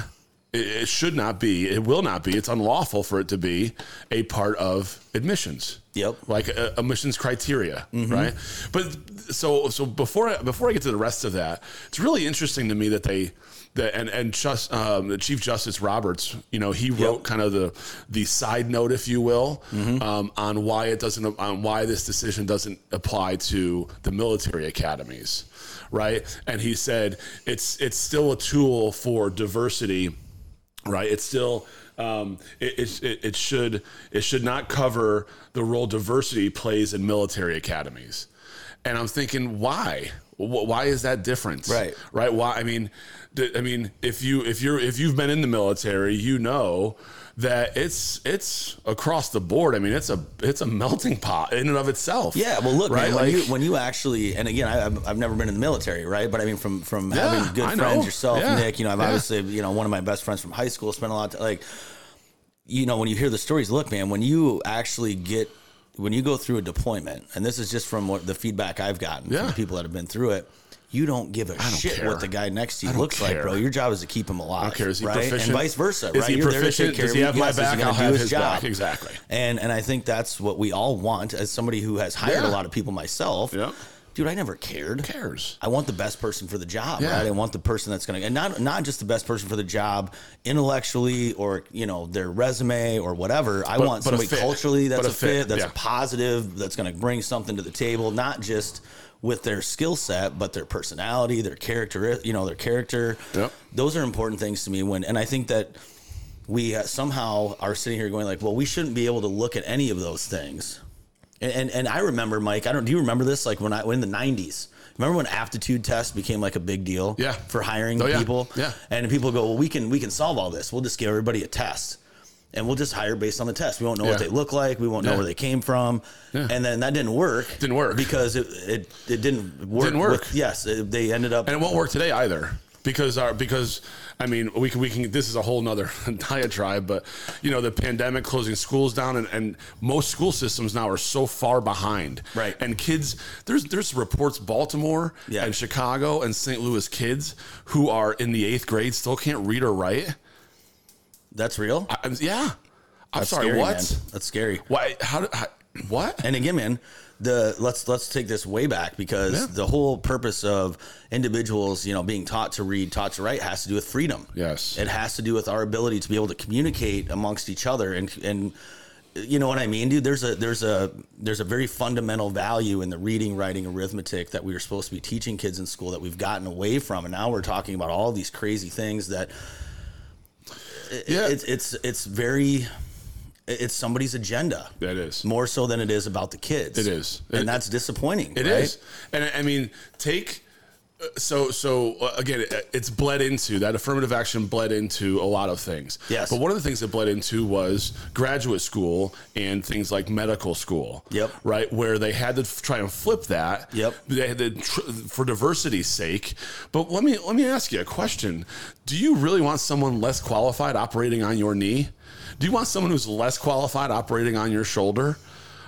B: It it should not be. It will not be. It's unlawful for it to be a part of admissions.
A: Yep.
B: Like uh, admissions criteria, right? But so so before I, before I get to the rest of that, it's really interesting to me that they that and and just um, the Chief Justice Roberts, you know, he wrote kind of the the side note, if you will, um, on why it doesn't on why this decision doesn't apply to the military academies, right? And he said it's it's still a tool for diversity right? It's still um, it, it, it, it should it should not cover the role diversity plays in military academies, and I'm thinking why Wh- why is that different?
A: Right.
B: right? Why? I mean, th- I mean, if you if you're if you've been in the military, you know that it's it's across the board. I mean, it's a it's a melting pot in and of itself.
A: Yeah, well, look,
B: right?
A: man, when
B: Like-
A: you when you actually, and again, I, I've, I've never been in the military, right? But I mean, from from
B: Yeah,
A: having good
B: I know.
A: friends yourself,
B: Yeah,
A: Nick, you know, I've
B: yeah.
A: obviously, you know, one of my best friends from high school spent a lot of like, you know, when you hear the stories, look, man, when you actually get when you go through a deployment, and this is just from what the feedback I've gotten
B: Yeah.
A: from people that have been through it. You don't give a shit
B: care.
A: what the guy next to you
B: don't
A: looks like,
B: care.
A: bro. Your job is to keep him alive.
B: don't care. Is he
A: right?
B: proficient?
A: And vice versa,
B: Is
A: right?
B: he
A: You're there to take
B: proficient?
A: care
B: Does
A: of
B: he
A: me.
B: have my
A: Yes, is he
B: back?
A: gonna
B: I'll
A: do
B: have
A: his
B: his
A: job?
B: back. Exactly.
A: And and I think that's what we all want as somebody who has hired
B: Yeah.
A: a lot of people myself.
B: Yep.
A: dude, I never cared.
B: Who cares?
A: I want the best person for the job.
B: Yeah.
A: Right? I want the person that's going to, and not not just the best person for the job intellectually or you know their resume or whatever. I want
B: but a
A: somebody
B: fit.
A: culturally that's
B: But
A: a, fit, that's
B: yeah.
A: positive, that's going to bring something to the table, not just with their skill set, but their personality, their character, you know, their character.
B: Yep.
A: Those are important things to me. When and I think that we uh, somehow are sitting here going like, well, we shouldn't be able to look at any of those things. And, and and I remember Mike. I don't. Do you remember this? Like when I when in the '90s. Remember when aptitude tests became like a big deal?
B: Yeah.
A: For hiring
B: Oh, yeah.
A: people.
B: Yeah.
A: And people go, well, we can we can solve all this. We'll just give everybody a test, and we'll just hire based on the test. We won't know
B: Yeah.
A: what they look like. We won't know
B: Yeah.
A: where they came from. And then that didn't work.
B: Didn't work.
A: because it it, it didn't work.
B: Didn't work.
A: with- yes, it- they ended up.
B: and it won't work today either because our because I mean we can we can this is a whole nother (laughs) diatribe, but you know the pandemic closing schools down and, and most school systems now are so far behind,
A: Right.
B: And kids, there's there's reports Baltimore
A: Yeah.
B: and Chicago and St. Louis kids who are in the eighth grade still can't read or write.
A: that's real.
B: I, I'm- yeah, I'm sorry,
A: Scary,
B: what?
A: man. That's scary.
B: Why? How? how what?
A: and again, man, the let's let's take this way back because
B: Yeah.
A: the whole purpose of individuals, you know, being taught to read, taught to write, has to do with freedom.
B: Yes.
A: it has to do with our ability to be able to communicate amongst each other and and you know what I mean, dude. There's a there's a there's a very fundamental value in the reading, writing, arithmetic that we were supposed to be teaching kids in school that we've gotten away from, and now we're talking about all these crazy things that
B: yeah,
A: it's it's it's very it's somebody's agenda.
B: that is.
A: More so than it is about the kids.
B: It is.
A: and
B: It-
A: that's disappointing.
B: It is, and I- I mean, take uh, so so uh, again. it- It's bled into that affirmative action bled into a lot of things.
A: Yes.
B: but one of the things that bled into was graduate school and things like medical school.
A: Yep.
B: Right, where they had to f- try and flip that.
A: Yep.
B: They had to tr- for diversity's sake. But let me let me ask you a question. Do you really want someone less qualified operating on your knee? Do you want someone who's less qualified operating on your shoulder?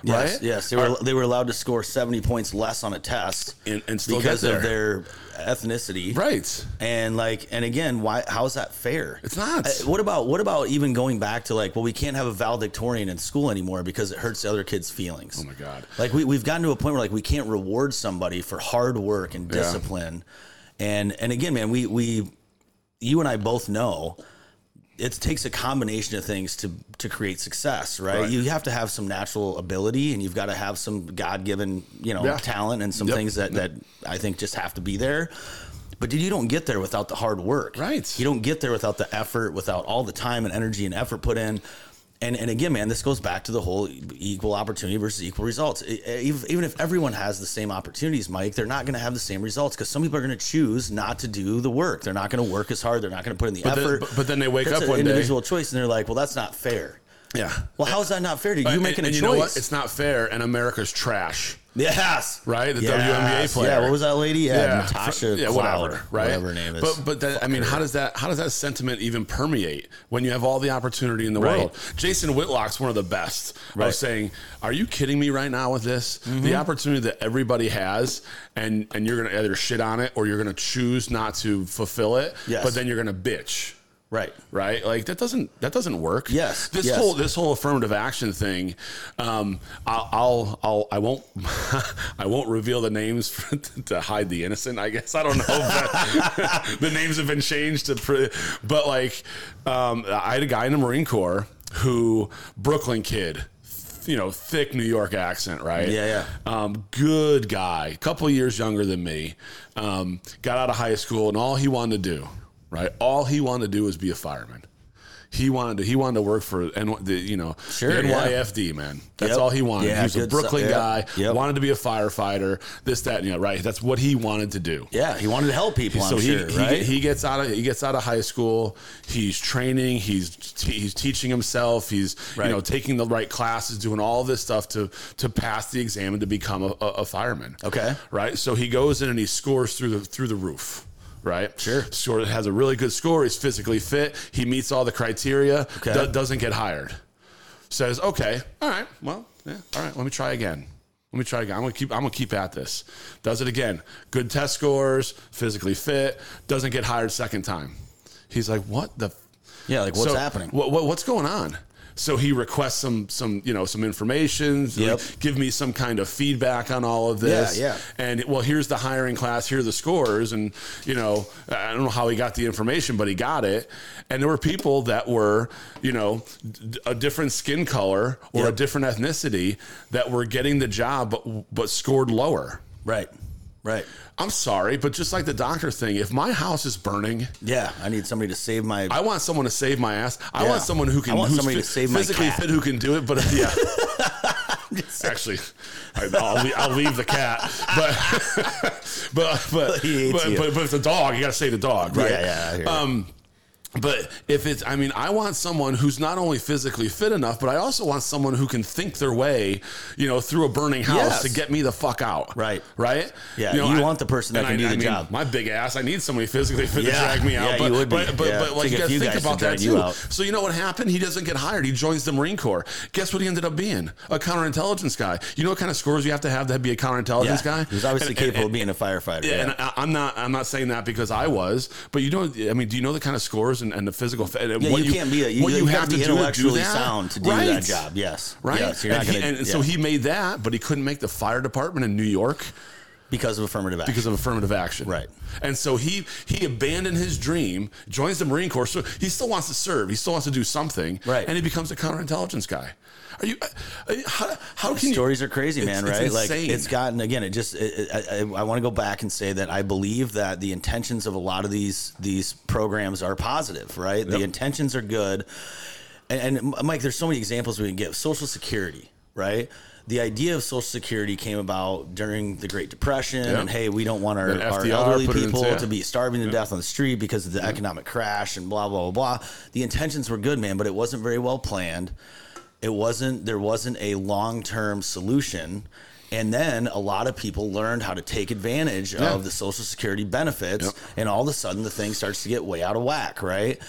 A: Yes,
B: right?
A: yes, they were they were allowed to score seventy points less on a test
B: And- and still
A: because
B: get
A: of their ethnicity,
B: Right.
A: And like, and again, why? How is that fair?
B: It's not.
A: Uh, What about what about even going back to like, well, we can't have a valedictorian in school anymore because it hurts the other kids' feelings.
B: Oh my God.
A: Like we we've gotten to a point where like we can't reward somebody for hard work and
B: Yeah.
A: discipline, and and again, man, we we you and I both know it takes a combination of things to to create success, right?
B: Right.
A: You have to have some natural ability, and you've got to have some God given, you know,
B: Yeah.
A: talent and some
B: Yep.
A: things that that I think just have to be there. But dude, you don't get there without the hard work,
B: Right.
A: You don't get there without the effort, without all the time and energy and effort put in. And, and again, man, this goes back to the whole equal opportunity versus equal results. E- e- Even if everyone has the same opportunities, Mike, they're not going to have the same results because some people are going to choose not to do the work. They're not going to work as hard. They're not going to put in the
B: But then-
A: effort.
B: but- but then they wake
A: That's
B: up
A: an
B: one day-
A: individual choice, and they're like, "Well, that's not fair."
B: Yeah.
A: Well, how's that not fair? Dude, you
B: Uh, And-
A: making a
B: and
A: choice?
B: You know what? It's not fair, and America's trash.
A: yes,
B: Right? The
A: Yes.
B: WNBA player.
A: Yeah, what was that lady? Yeah, Natasha.
B: yeah,
A: Cloud,
B: whatever, right?
A: Whatever her name is.
B: But but that, I mean, how does that how does that sentiment even permeate when you have all the opportunity in the
A: Right.
B: world? Jason Whitlock's one of the best
A: Right. Mm-hmm.
B: of saying, "Are you kidding me right now with this? The opportunity that everybody has, and and you're gonna either shit on it or you're gonna choose not to fulfill it,
A: Yes.
B: but then you're gonna bitch."
A: right.
B: right? Like that doesn't that doesn't work.
A: Yes,
B: this
A: yes.
B: whole this whole affirmative action thing. Um, I'll, I'll I'll I won't (laughs) I won't reveal the names (laughs) for, to hide the innocent. I guess I don't know. But (laughs) the names have been changed to, pre- but like um, I had a guy in the Marine Corps who Brooklyn kid. You know, thick New York accent, right?
A: Yeah, yeah.
B: Um, good guy, a couple years younger than me. Um, got out of high school, and all he wanted to do, right? All he wanted to do was be a fireman. He wanted to, he wanted to work for N, the, you know
A: Sure,
B: the
A: yeah.
B: NYFD man. That's
A: Yep.
B: all he wanted.
A: Yeah,
B: he was a
A: good stuff.
B: Brooklyn
A: Yep.
B: guy.
A: Yep.
B: Wanted to be a firefighter. This, that, and you know, right? That's what he wanted to do
A: Yeah, he wanted to help people. I'm
B: so he,
A: sure,
B: he,
A: right?
B: he gets out of he gets out of high school. He's training. He's he's teaching himself. He's
A: Right.
B: you know taking the right classes, doing all this stuff to to pass the exam and to become a, a, a fireman.
A: Okay.
B: right. So he goes in and he scores through the through the roof. Right,
A: Sure.
B: Score has a really good score. He's physically fit. He meets all the criteria.
A: Okay.
B: do- doesn't get hired says, "Okay, all right, well, yeah, all right, let me try again. Let me try again. I'm gonna keep. I'm gonna keep at this." Does it again. Good test scores, physically fit. Doesn't get hired second time. He's like, "What the? f-
A: yeah, like what's
B: so
A: happening?
B: What, what what's going on?" So he requests some some you know some information. like,
A: Yep.
B: give me some kind of feedback on all of this.
D: Yeah, yeah.
B: And well, here's the hiring class. Here are the scores. And you know, I don't know how he got the information, but he got it. And there were people that were you know d- a different skin color or a
A: Yep.
B: different ethnicity that were getting the job, but but scored lower.
A: Right. Right.
B: I'm sorry, but just like the doctor thing, if my house is burning,
A: Yeah. I need somebody to save my.
B: I want someone to save my ass. I
A: Yeah.
B: want someone who can
A: I want
B: who's
A: somebody
B: fit-
A: to save my
B: physically
A: cat.
B: fit who can do it. But yeah,
A: (laughs)
B: actually, I, I'll, leave, I'll leave the cat. But (laughs) but but
A: (laughs) He hates
B: but,
A: you.
B: but, but if it's a dog, you got to save the dog, right?
A: Yeah, yeah, I hear you.
B: um, but if it's, I mean, I want someone who's not only physically fit enough, but I also want someone who can think their way, you know, through a burning house
A: Yes.
B: to get me the fuck out.
A: Right.
B: Right.
A: Yeah, you want the person that
B: and
A: can do the job.
B: My big ass, I need somebody physically fit to
A: Yeah.
B: drag me out.
A: Yeah,
B: but,
A: you would be.
B: but, but,
A: Yeah.
B: but like,
A: Take
B: you
A: a
B: got to
A: few
B: think
A: guys to
B: about that
A: drag you
B: too.
A: out.
B: So you know what happened? He doesn't get hired. He joins the Marine Corps. Guess what he ended up being? A counterintelligence guy. You know what kind of scores you have to have to be a counterintelligence guy?
A: He's obviously
B: And- and-
A: capable of being a firefighter.
B: yeah, and I, I'm not. I'm not saying that because I was, but you know, I mean, do you know the kind of scores and, and the physical? fit- And
A: Yeah,
B: what
A: you, can't be a you,
B: what
A: you, have, to be
B: do
A: intellectually
B: that?
A: sound to do
B: Right.
A: that job. Yes,
B: Right,
A: Yes, you're not
B: and, he-
A: gonna-
B: and so
A: yeah.
B: he made that, but he couldn't make the fire department in New York
A: because of affirmative action.
B: because of affirmative action.
A: Right.
B: And so he he abandoned his dream, joins the Marine Corps. So he still wants to serve. He still wants to do something.
A: Right.
B: And he becomes a counterintelligence guy. Are you? uh, How, how can
A: stories
B: you,
A: are crazy,
B: It's-
A: man.
B: it's
A: right? like
B: insane.
A: it's gotten again. It just it, it, I, I want to go back and say that I believe that the intentions of a lot of these these programs are positive. Right? The intentions are good. And, and Mike, there's so many examples we can give. Social Security, right? The idea of Social Security came about during the Great Depression,
B: Yeah.
A: and hey, we don't want our,
B: Then
A: our
B: FDR
A: elderly
B: put it into-
A: people
B: yeah.
A: to be starving to death on the street because of the economic crash and blah blah blah blah. The intentions were good, man, but it wasn't very well planned it wasn't there wasn't a long-term solution and then a lot of people learned how to take advantage
B: Yeah.
A: of the social security benefits
B: Yep.
A: and all of a sudden the thing starts to get way out of whack right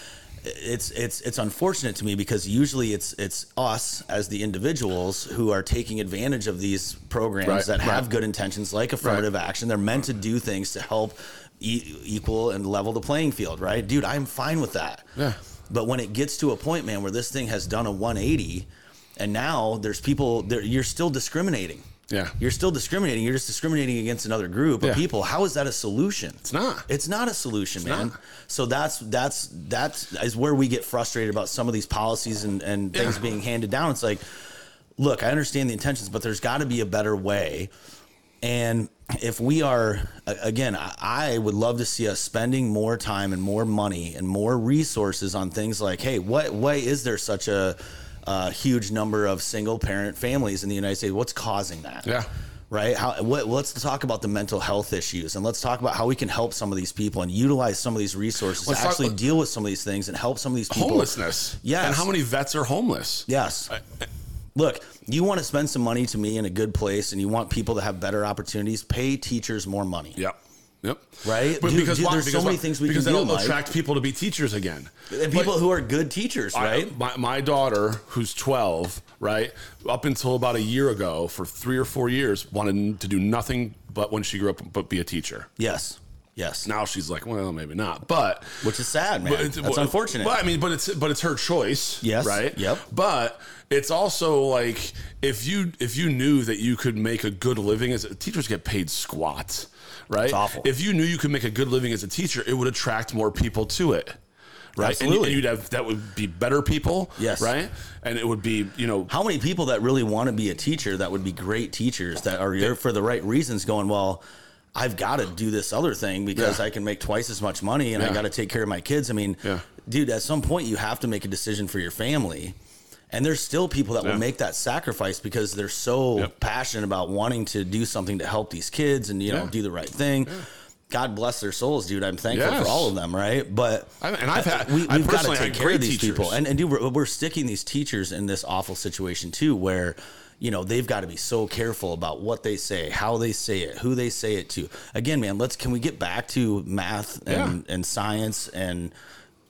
A: it's it's it's unfortunate to me because usually it's it's us as the individuals who are taking advantage of these programs
B: Right,
A: that have
B: right.
A: good intentions like affirmative action they're meant to do things to help e- equal and level the playing field right dude i'm fine with that
B: Yeah.
A: but when it gets to a point, man, where this thing has done a 180, and now there's people, there, you're still discriminating.
B: Yeah.
A: You're still discriminating. You're just discriminating against another group of
B: Yeah.
A: people. How is that a solution?
B: It's not.
A: It's not a solution, man.
B: not.
A: So that's that's that's is where we get frustrated about some of these policies and and things
B: Yeah.
A: being handed down. It's like, look, I understand the intentions, but there's got to be a better way. And if we are, a- again, I- I would love to see us spending more time and more money and more resources on things like, hey, what why is there such a, uh huge number of single parent families in the United States? What's causing that?
B: Yeah.
A: Right. How, what, let's talk about the mental health issues, and let's talk about how we can help some of these people and utilize some of these resources
B: Let's
A: to
B: talk-
A: actually deal with some of these things and help some of these people.
B: homelessness?
A: Yes.
B: And how many vets are homeless?
A: Yes. Look, you want to spend some money to me in a good place and you want people to have better opportunities, pay teachers more money.
B: Yep. Yep.
A: Right?
B: But
A: Dude,
B: because
A: dude,
B: why?
A: there's so
B: Because
A: many
B: why?
A: things we
B: because
A: can do,
B: that'll
A: Mike.
B: attract people to be teachers again.
A: And people who are good teachers, right?
B: I, my, my daughter, who's 12, right, up until about a year ago, for three or four years, wanted to do nothing but when she grew up, but be a teacher.
A: yes. Yes.
B: Now she's like, well, maybe not, but
A: Which is sad, man.
B: but it's-
A: That's
B: well,
A: unfortunate.
B: Well, I mean, but it's but it's her choice.
A: Yes,
B: Right.
A: yep.
B: But it's also like if you if you knew that you could make a good living as a teachers get paid squat, right? It's
A: awful.
B: If you knew you could make a good living as a teacher, it would attract more people to it. Right. And you-
A: Absolutely.
B: And, you'd have that would be better people.
A: Yes.
B: Right. And it would be, you know,
A: How many people that really want to be a teacher that would be great teachers that are there for the right reasons going, well, I've got to do this other thing because
B: Yeah.
A: I can make twice as much money and
B: Yeah.
A: I got to take care of my kids. I mean,
B: Yeah.
A: dude, at some point you have to make a decision for your family. And there's still people that
B: Yeah.
A: will make that sacrifice because they're so
B: Yep.
A: passionate about wanting to do something to help these kids and you know
B: Yeah.
A: do the right thing. God bless their souls, dude. I'm thankful
B: Yes.
A: for all of them, right? But
B: I- and I've had-
A: we,
B: I
A: we've got to
B: personally had
A: take care
B: great
A: of these
B: teachers.
A: people, and and dude, we're, we're sticking these teachers in this awful situation too, where you know they've got to be so careful about what they say, how they say it, who they say it to. Again, man, let's can we get back to math and and science and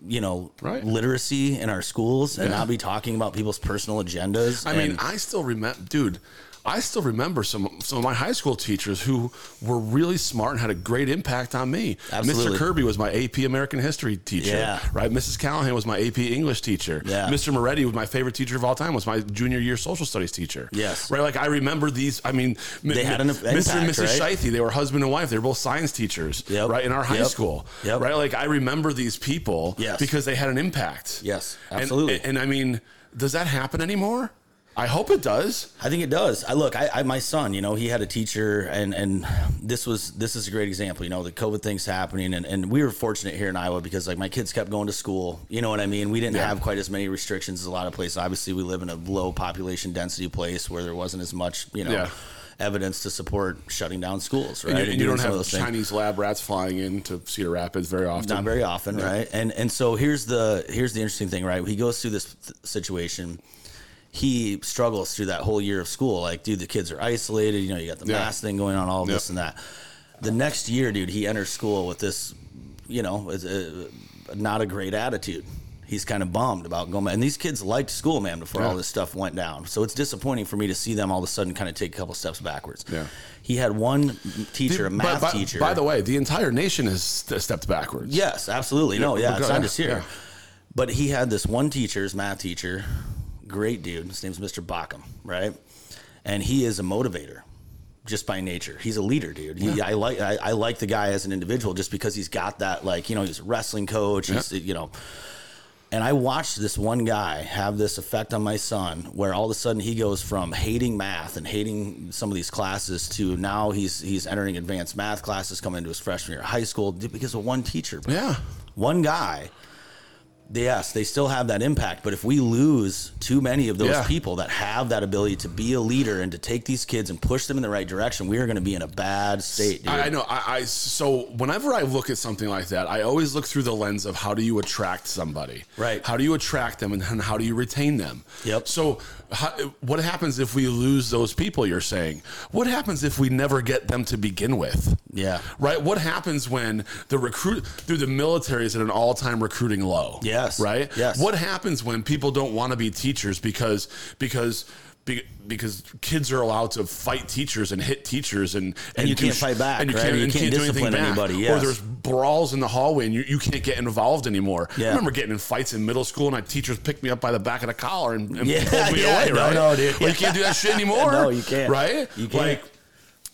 A: you know
B: Right.
A: literacy in our schools and
B: Yeah.
A: not be talking about people's personal agendas.
B: I mean, I still remember, dude. I still remember some some of my high school teachers who were really smart and had a great impact on me.
A: Absolutely.
B: Mr. Kirby was my AP American History teacher.
A: Yeah.
B: Right. Mrs. Callahan was my AP English teacher.
A: Yeah.
B: Mr. Moretti was my favorite teacher of all time. Was my junior year social studies teacher.
A: Yes.
B: Right. Like I remember these. I mean,
A: They had an
B: Mr. and
A: impact,
B: Mrs.
A: right?
B: Scheithe. They were husband and wife. They were both science teachers.
A: Yep.
B: Right in our high
A: Yep.
B: school.
A: Yep.
B: Right. Like I remember these people.
A: Yes.
B: Because they had an impact.
A: Yes,
B: And-
A: absolutely.
B: and I mean, does that happen anymore? I hope it does.
A: I think it does. I look, I, I my son, you know, he had a teacher, and and this was this is a great example. You know, the COVID thing's happening, and and we were fortunate here in Iowa because like my kids kept going to school. You know what I mean? We didn't
B: Yeah.
A: have quite as many restrictions as a lot of places. Obviously, we live in a low population density place where there wasn't as much, you know.
B: Yeah.
A: Evidence to support shutting down schools, right?
B: And you, and you
A: doing
B: don't
A: some of
B: have
A: those things.
B: Chinese lab rats flying into Cedar Rapids very often.
A: Not very often, right? And and so here's the here's the interesting thing, right? He goes through this th- situation. He struggles through that whole year of school. Like, dude, the kids are isolated. You know, you got the
B: Yeah.
A: mask thing going on, all of
B: Yep.
A: this and that. The next year, dude, he enters school with this, you know, is a, not a great attitude. He's kind of bummed about going. back. And these kids liked school, man, before
B: Yeah.
A: all this stuff went down. So it's disappointing for me to see them all of a sudden kind of take a couple steps backwards.
B: Yeah.
A: He had one teacher, a
B: By-
A: math
B: by,
A: teacher.
B: By the way, the entire nation has st- stepped backwards.
A: Yes, absolutely. No, yeah, it's
B: yeah,
A: not just here.
B: yeah.
A: But he had this one teacher, his math teacher, great dude. His name's Mr. Bockham, right? And he is a motivator just by nature. He's a leader, dude. He, I like I, I like the guy as an individual just because he's got that like, you know, he's a wrestling coach, he's you know. And I watched this one guy have this effect on my son where all of a sudden he goes from hating math and hating some of these classes to now he's he's entering advanced math classes coming into his freshman year of high school because of one teacher. bro
B: Yeah.
A: one guy yes they still have that impact but if we lose too many of those
B: Yeah.
A: people that have that ability to be a leader and to take these kids and push them in the right direction we are going to be in a bad state dude.
B: I, I know. I, I so whenever I look at something like that, I always look through the lens of how do you attract somebody,
A: Right.
B: How do you attract them, and then how do you retain them?
A: Yep.
B: So, how, what happens if we lose those people? You're saying, what happens if we never get them to begin with?
A: yeah
B: Right. What happens when the recruit through the military is at an all time recruiting low?
A: Yes.
B: Right.
A: Yes.
B: What happens when people don't want to be teachers because because be- because kids are allowed to fight teachers and hit teachers and and,
A: you
B: do
A: can't
B: sh-
A: fight back, right? You can't discipline anybody,
B: Or
A: yes.
B: there's brawls in the hallway and you, you can't get involved anymore. I
A: Yeah.
B: remember getting in fights in middle school and my teachers picked me up by the back of the collar and, and
A: Yeah,
B: pulled me
A: yeah,
B: away.
A: no,
B: right?
A: no, dude.
B: Well, you can't do that shit
A: (laughs)
B: anymore.
A: No, you can't.
B: Right.
A: You can't.
B: Like,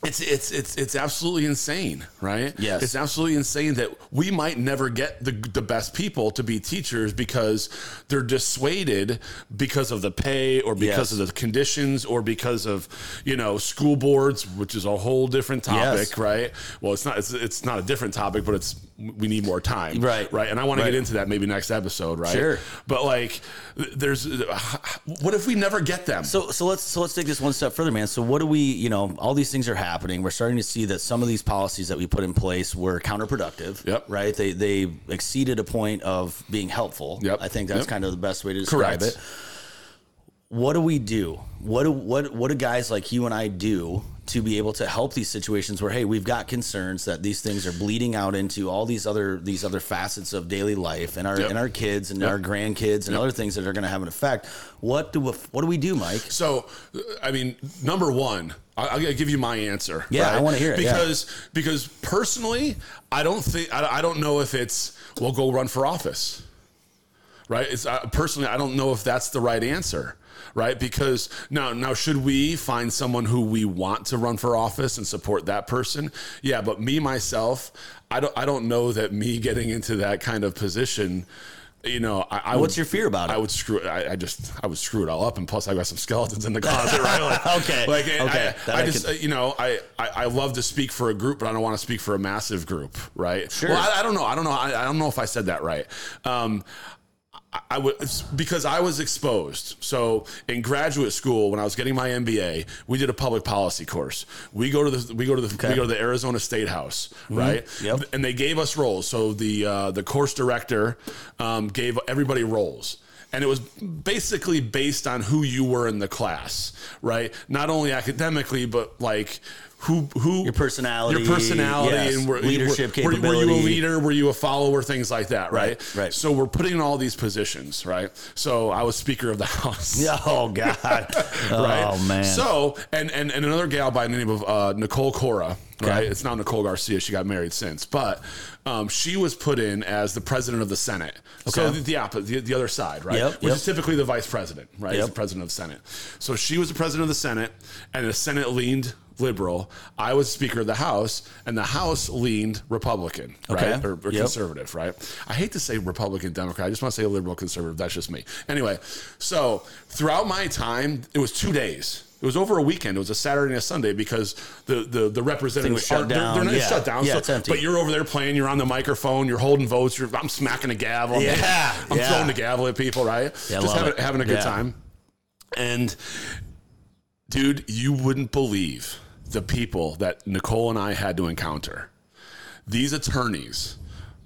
B: it's it's it's it's absolutely insane, right?
A: Yes.
B: it's absolutely insane that we might never get the the best people to be teachers because they're dissuaded because of the pay or because
A: Yes.
B: of the conditions or because of you know school boards, which is a whole different topic,
A: Yes.
B: right? Well, it's not it's, it's not a different topic, but it's we need more time,
A: Right.
B: Right, and I want to
A: Right.
B: get into that maybe next episode, right?
A: Sure.
B: but like, th- there's uh, what if we never get them?
A: so so let's so let's take this one step further man so what do we you know all these things are happening we're starting to see that some of these policies that we put in place were counterproductive
B: Yep.
A: right they they exceeded a point of being helpful
B: Yep.
A: i think that's
B: Yep.
A: kind of the best way to describe
B: Correct.
A: it what do we do? What do, what what do guys like you and I do to be able to help these situations where hey, we've got concerns that these things are bleeding out into all these other these other facets of daily life and our
B: Yep.
A: and our kids and our grandkids and other things that are going to have an effect. What do we, what do we do, Mike?
B: So, I mean, number one, I- I'll give you my answer.
A: Yeah, I wanna hear it, yeah.
B: because because personally, I don't think I, I don't know if it's well go run for office, right? It's uh, personally I don't know if that's the right answer, right? Because now now should we find someone who we want to run for office and support that person? Yeah, but me myself, I don't I don't know that me getting into that kind of position. You know, I, I
A: What's
B: would-
A: your fear about it?
B: I would screw it. I, I just I would screw it all up, and plus I got some skeletons in the closet, right? Like,
A: (laughs) Okay.
B: like and
A: Okay.
B: I,
A: That
B: I
A: I
B: just
A: could-
B: uh, you know I, I I love to speak for a group, but I don't want to speak for a massive group, right?
A: Sure.
B: Well, I, I don't know. I don't know. I, I don't know if I said that right. Um, I was because I was exposed. So in graduate school, when I was getting my MBA, we did a public policy course. We go to the we go to the we go to the Arizona State House, right?
A: Mm-hmm. Yep.
B: And they gave us roles. So the uh, the course director um, gave everybody roles. And it was basically based on who you were in the class, right? Not only academically, but like who who
A: Your personality,
B: your personality,
A: yes,
B: and were,
A: leadership
B: were, were- Were you a
A: capability.
B: leader? Were you a follower? Things like that, right?
A: Right, right.
B: So we're putting in all these positions, right? So I was Speaker of the House.
A: (laughs) Oh God!
B: (laughs) Right.
A: Oh man!
B: So and and, and another gal by the name of uh, Nicole Cora. Right. It's not Nicole Garcia. She got married since, but um, she was put in as the president of the Senate. So
A: Okay.
B: the the, oppo- the the other side, right?
A: Yep,
B: Which
A: yep.
B: is typically the vice president, right? Is
A: Yep.
B: the president of the Senate. So she was the president of the Senate, and the Senate leaned liberal. I was Speaker of the House, and the House leaned Republican,
A: Okay.
B: right? Or, or
A: Yep.
B: conservative, right? I hate to say Republican, Democrat. I just want to say liberal, conservative. That's just me. Anyway, so throughout my time, it was two days. It was over a weekend. It was a Saturday and a Sunday because the the, the representatives
A: shut
B: aren't- they're-
A: down.
B: They're, not
A: Yeah.
B: shut down.
A: Yeah,
B: so-
A: it's empty.
B: But you're over there playing. You're on the microphone. You're holding votes. You're, I'm smacking a gavel. I'm,
A: Yeah,
B: I'm
A: yeah.
B: throwing the gavel at people. Right.
A: Yeah, I
B: just
A: love
B: having,
A: it.
B: having a good
A: Yeah.
B: time. And dude, you wouldn't believe the people that Nicole and I had to encounter. These attorneys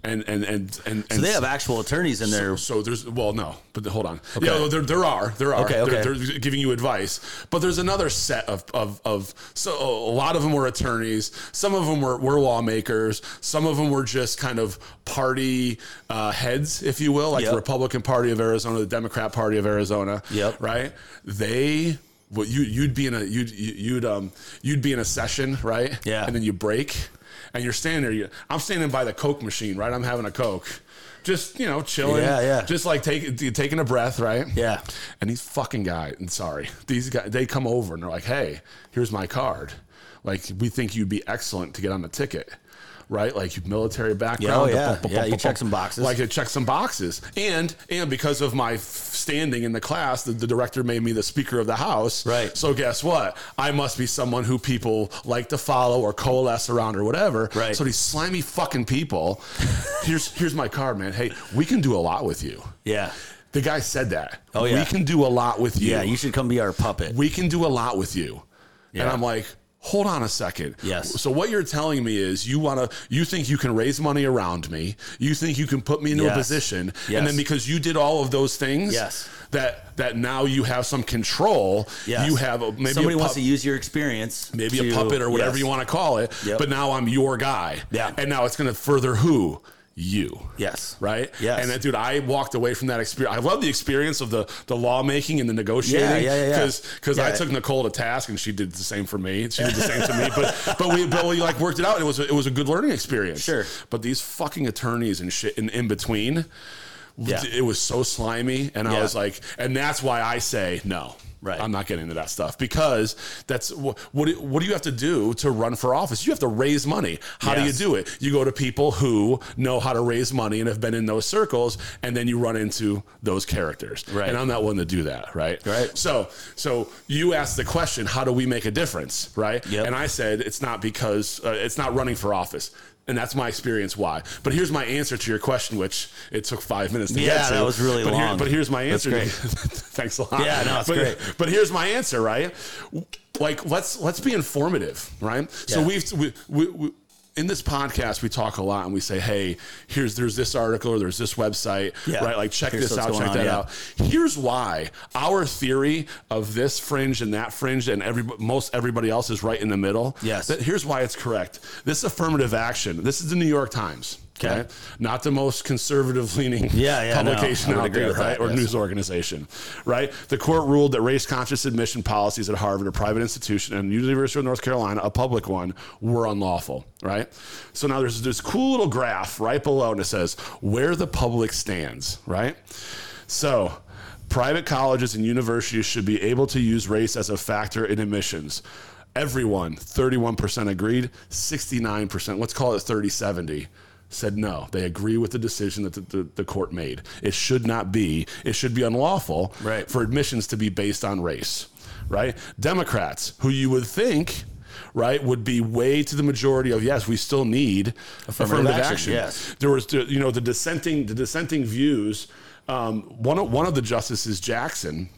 B: and and and and, and
A: So they have actual attorneys in there.
B: so there's well no, but the- hold on. Yeah, there, there are there are.
A: Okay, okay.
B: They're, they're giving you advice, but there's another set of of of so a lot of them were attorneys. Some of them were were lawmakers. Some of them were just kind of party uh, heads, if you will, like
A: Yep.
B: the Republican Party of Arizona, the Democrat Party of Arizona.
A: Yep.
B: Right. They. Well, you you'd be in a you'd you'd um you'd be in a session right
A: Yeah.
B: and then you break and you're standing there you I'm standing by the coke machine right I'm having a coke just you know chilling
A: Yeah, yeah.
B: just just like taking taking a breath, right?
A: Yeah.
B: And these fucking guys, and sorry, (laughs) these guys, they come over and they're like, "Hey, here's my card. Like, we think you'd be excellent to get on the ticket." Right, like your military background.
A: Oh, yeah. Yeah, you check some boxes.
B: Like it check some boxes, and and because of my f- standing in the class, the, the director made me the speaker of the house.
A: Right.
B: So guess what? I must be someone who people like to follow or coalesce around or whatever.
A: Right.
B: So these slimy fucking people. (laughs) here's here's my card, man. Hey, we can do a lot with you.
A: Yeah.
B: The guy said that.
A: Oh, yeah.
B: We can do a lot with you.
A: Yeah. You should come be our puppet.
B: we can do a lot with you. And
A: Yeah.
B: I'm like, hold on a second.
A: Yes.
B: So what you're telling me is you want to, you think you can raise money around me. You think you can put me into
A: Yes.
B: a position.
A: Yes.
B: And then because you did all of those things,
A: Yes.
B: that, that now you have some control.
A: Yes.
B: You have a, maybe
A: somebody
B: a
A: wants
B: pup-
A: to use your experience,
B: maybe
A: to-
B: a puppet or whatever
A: yes.
B: you want to call it.
A: Yep.
B: But now I'm your guy.
A: Yeah.
B: And now it's going to further who? You.
A: Yes.
B: Right?
A: Yes.
B: And that dude, I walked away from that experience. I love the experience of the the lawmaking and the negotiating.
A: Yeah, yeah, yeah, yeah.
B: Because I
A: Yeah.
B: took Nicole to task and she did the same for me. She did the same to me. But but we but we like worked it out. It was it was a good learning experience.
A: Sure.
B: But these fucking attorneys and shit in, in between,
A: Yeah.
B: it was so slimy. And I
A: Yeah.
B: was like, and that's why I say no.
A: Right.
B: I'm not getting into that stuff because that's wh- what. do- What do you have to do to run for office? You have to raise money. How
A: Yes.
B: do you do it? You go to people who know how to raise money and have been in those circles, and then you run into those characters.
A: Right.
B: And I'm not one to do that. Right.
A: Right.
B: So, so you asked the question, how do we make a difference? Right.
A: Yep.
B: And I said it's not because uh, it's not running for office. And that's my experience. Why? But here's my answer to your question, which it took five minutes to
A: Yeah,
B: get to.
A: that was really
B: but here-
A: long.
B: but here's my
A: That's
B: answer. to-
A: great.
B: (laughs) Thanks a lot.
A: Yeah, no, it's
B: but,
A: great.
B: But here's my answer, right? Like let's let's be informative, right? So
A: Yeah.
B: we've we, we, we in this podcast we talk a lot and we say, hey, here's there's this article or there's this website,
A: Yeah.
B: right? Like check
A: Here's
B: this
A: what's
B: out,
A: going
B: check
A: on,
B: that
A: yeah.
B: out. Here's why our theory of this fringe and that fringe and every most everybody else is right in the middle.
A: Yes.
B: That- here's why it's correct. This affirmative action. This is the New York Times.
A: Okay.
B: not the most conservative (laughs) leaning
A: Yeah, yeah, no,
B: publication
A: I would
B: out
A: agree
B: there,
A: with
B: right?
A: that,
B: or
A: yes.
B: news organization, right? The court ruled that race conscious admission policies at Harvard, a private institution, and University of North Carolina, a public one, were unlawful, right? So now there's this cool little graph right below, and it says where the public stands, right? So private colleges and universities should be able to use race as a factor in admissions. Everyone, 31% agreed, 69%, let's call it 30 70, said no. They agree with the decision that the, the, the court made. It should not be, it should be unlawful
A: Right.
B: for admissions to be based on race, right? Democrats, who you would think, right, would be way to the majority of yes, we still need affirmative,
A: action,
B: action.
A: yes.
B: There was, the- you know, the dissenting, the dissenting views. Um, one of one of the justices, Jackson,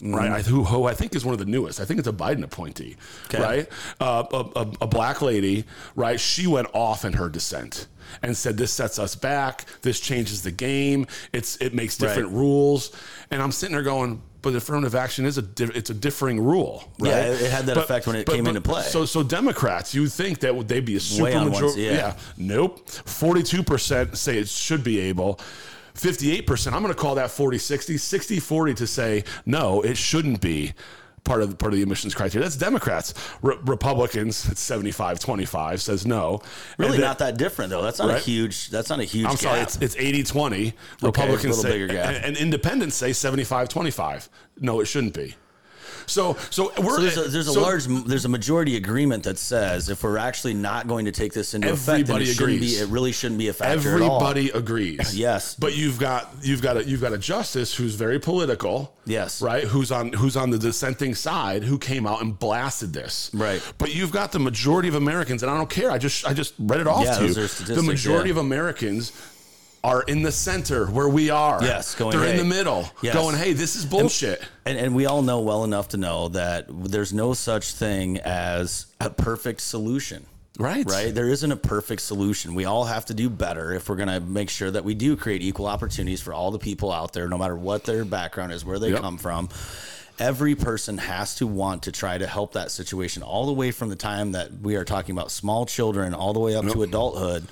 A: Mm-hmm.
B: right? I, who, who I think is one of the newest. I think it's a Biden appointee,
A: Okay.
B: right? Uh, a, a, a black lady, right? She went off in her dissent and said, "This sets us back. This changes the game. It's it makes different
A: Right.
B: rules." And I'm sitting there going, But affirmative action is a diff- it's a differing rule, right?
A: Yeah, it- it had that effect when it came into play.
B: So so Democrats, you would think that would they be a
A: Way
B: super
A: on one
B: majority?
A: side, yeah.
B: Nope. Forty two percent say it should be able. 58%, I'm going to call that 40 60, 60 40 to say, no, it shouldn't be part of the, part of the emissions criteria. That's Democrats. Re- Republicans, it's 75 25, says no.
A: Really
B: And then-
A: not that different though. That's not a
B: Right?
A: huge. That's not a huge.
B: I'm sorry,
A: gap.
B: it's, it's 80 20. Republicans
A: little
B: say,
A: bigger gap.
B: And, and independents say 75 25. No, it shouldn't be. So, so we're
A: So there's a, there's a
B: so
A: large there's a majority agreement that says if we're actually not going to take this into effect, then
B: Everybody
A: it shouldn't be
B: agrees.
A: it really shouldn't be a factor at all.
B: everybody agrees.
A: Yes.
B: but you've got you've got a you've got a justice who's very political.
A: Yes.
B: right. Who's on who's on the dissenting side? Who came out and blasted this?
A: Right.
B: But you've got the majority of Americans, and I don't care. I just I just read it off
A: Yeah,
B: to you.
A: those are statistics,
B: the majority
A: yeah.
B: of Americans. Are in the center where we are.
A: Yes, going,
B: They're in
A: hey.
B: the middle.
A: Yes.
B: Going, hey, this is bullshit.
A: And, and we all know well enough to know that there's no such thing as a perfect solution.
B: Right.
A: Right? There isn't a perfect solution. We all have to do better if we're going to make sure that we do create equal opportunities for all the people out there, no matter what their background is, where they
B: Yep.
A: come from. Every person has to want to try to help that situation all the way from the time that we are talking about small children all the way up to adulthood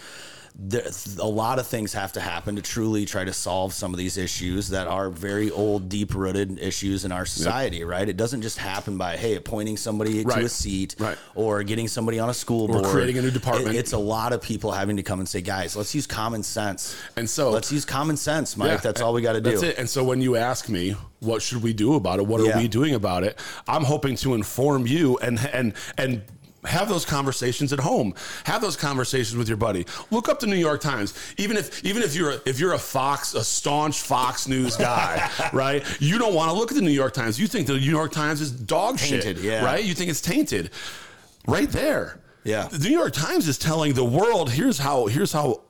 A: there, a lot of things have to happen to truly try to solve some of these issues that are very old, deep rooted issues in our society, right? It doesn't just happen by, hey, appointing somebody to
B: Right.
A: a seat
B: Right.
A: or getting somebody on a school board
B: creating a new
A: It-
B: department.
A: it's a lot of people having to come and say, guys, let's use common sense.
B: And so-
A: let's use common sense, Mike.
B: Yeah,
A: That's all we got to do.
B: That's it. And so when you ask me, what should we do about it? What
A: Yeah.
B: are we doing about it? I'm hoping to inform you and and and have those conversations at home. Have those conversations with your buddy. Look up the New York Times. Even if even if you're a, if you're a Fox, a staunch Fox News
A: (laughs)
B: guy, right? You don't want to look at the New York Times. You think the New York Times is dog
A: Tainted,
B: shit,
A: yeah.
B: right? You think it's tainted. Right there.
A: Yeah.
B: The New York Times is telling the world here's how here's how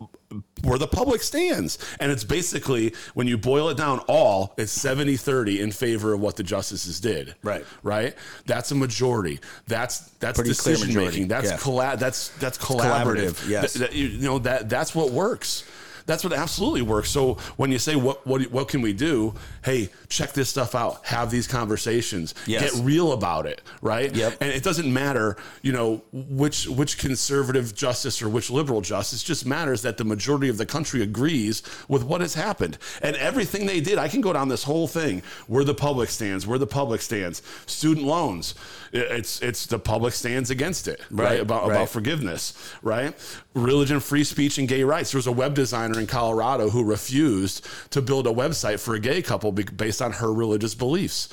B: where the public stands. And it's basically when you boil it down all, it's 70-30 in favor of what the justices did.
A: Right.
B: Right? That's a majority. That's that's
A: Pretty clear
B: decision making.
A: majority,
B: That's
A: yeah.
B: colla- that's that's
A: collaborative,
B: collaborative.
A: yes.
B: Th- that- you you know that that's what works. That's what absolutely works. So when you say what what what can we do? Hey, check this stuff out. Have these conversations.
A: Yes.
B: Get real about it, right?
A: Yep.
B: And it doesn't matter, you know, which which conservative justice or which liberal justice. It just matters that the majority of the country agrees with what has happened and everything they did. I can go down this whole thing where the public stands, where the public stands, student loans. I- It's it's the public stands against it, right?
A: Right,
B: About
A: right.
B: about forgiveness, right? Religion, free speech, and gay rights. There was a web designer in Colorado who refused to build a website for a gay couple be- based on her religious beliefs.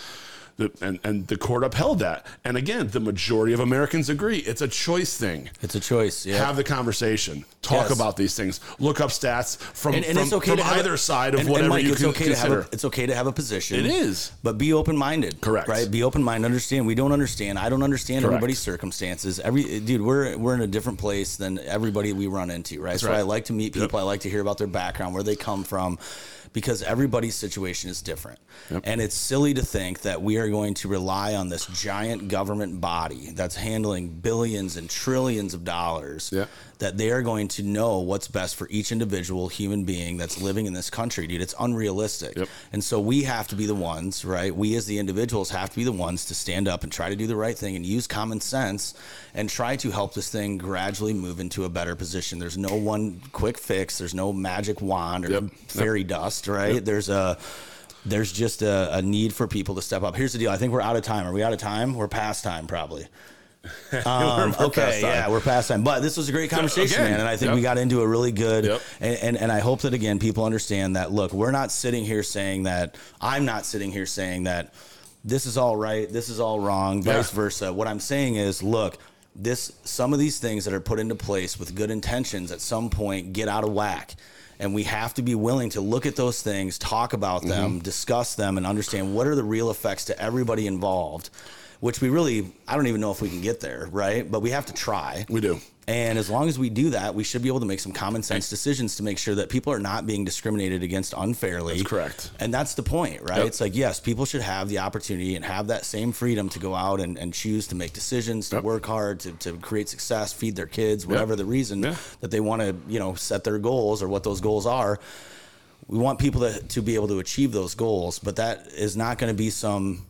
B: The, and, and the court upheld that. And again, the majority of Americans agree it's a choice thing.
A: It's a choice. Yeah.
B: Have the conversation. Talk
A: Yes.
B: about these things. Look up stats from,
A: and, and
B: from,
A: it's okay
B: from
A: to have
B: either
A: a-
B: side of
A: and- and
B: whatever
A: Mike,
B: you
A: it's
B: can
A: okay (laughs)
B: consider.
A: To have a, it's okay to have a position.
B: It is.
A: but be open minded.
B: Correct.
A: Right. Be open minded. Understand. We don't understand. I don't understand
B: Correct.
A: everybody's circumstances. Every dude, we're we're in a different place than everybody we run into. Right. so
B: right.
A: I like to meet people. I like to hear about their background, where they come from. Because everybody's situation is different. And it's silly to think that we are going to rely on this giant government body that's handling billions and trillions of dollars
B: Yeah.
A: that they are going to know what's best for each individual human being that's living in this country, dude. It's unrealistic.
B: Yep.
A: And so we have to be the ones, right? We as the individuals have to be the ones to stand up and try to do the right thing and use common sense and try to help this thing gradually move into a better position. There's no one quick fix, there's no magic wand or
B: Yep.
A: fairy dust, right? There's a there's just a, a need for people to step up. Here's the deal. I think we're out of time. Are we out of time? We're past time, probably.
B: (laughs)
A: Um,
B: We're
A: okay,
B: past time.
A: yeah, we're past time. But this was a great conversation,
B: again,
A: man, and I think
B: yep.
A: we got into a really good.
B: Yep.
A: And, and and I hope that again, people understand that. Look, we're not sitting here saying that. I'm not sitting here saying that this is all right. This is all wrong. Vice
B: Yeah.
A: versa. What I'm saying is, look. This some of these things that are put into place with good intentions at some point get out of whack, and we have to be willing to look at those things, talk about them, discuss them, and understand what are the real effects to everybody involved which we really I don't even know if we can get there, right? But we have to try.
B: We do.
A: And as long as we do that, we should be able to make some common sense decisions to make sure that people are not being discriminated against unfairly.
B: That's correct.
A: And that's the point, right?
B: Yep.
A: It's like, yes, people should have the opportunity and have that same freedom to go out and, and choose to make decisions, to
B: Yep.
A: work hard, to, to create success, feed their kids, whatever the reason
B: Yeah.
A: that they want to, you know, set their goals or what those goals are we want people to, to be able to achieve those goals, but that is not going to be some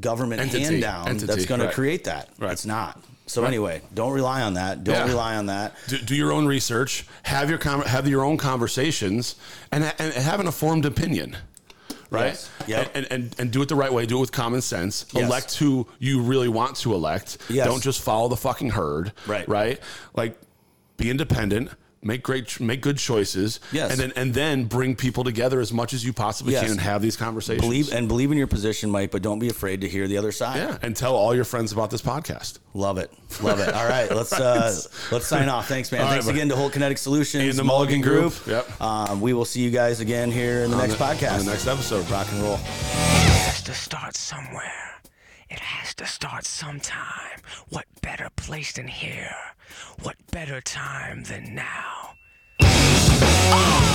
A: government
B: Entity.
A: hand down
B: Entity,
A: that's going
B: right.
A: to create that.
B: Right.
A: It's not. So anyway, don't rely on that. Don't
B: Yeah.
A: rely on that.
B: do, do your own research, have your con- have your own conversations, and and have an informed opinion, right?
A: Yes. Yep.
B: And, and and do it the right way. Do it with common sense.
A: Yes.
B: Elect who you really want to elect.
A: Yes.
B: Don't just follow the fucking herd.
A: Right.
B: Right. Like, be independent. Make great, make good choices.
A: Yes.
B: And then and then bring people together as much as you possibly
A: Yes.
B: can and have these conversations.
A: Believe and believe in your position, Mike, but don't be afraid to hear the other side.
B: yeah. And tell all your friends about this podcast.
A: Love it. Love it. All right. Let's uh, let's sign off. Thanks, man.
B: All right,
A: Thanks
B: bud.
A: again to Whole Kinetic Solutions
B: And the Mulligan Group. Yep.
A: Um, we will see you guys again here in the next podcast.
B: On the next episode.
A: Rock and roll.
D: has to start somewhere. It has to start sometime. What better place than here? What better time than now? Oh!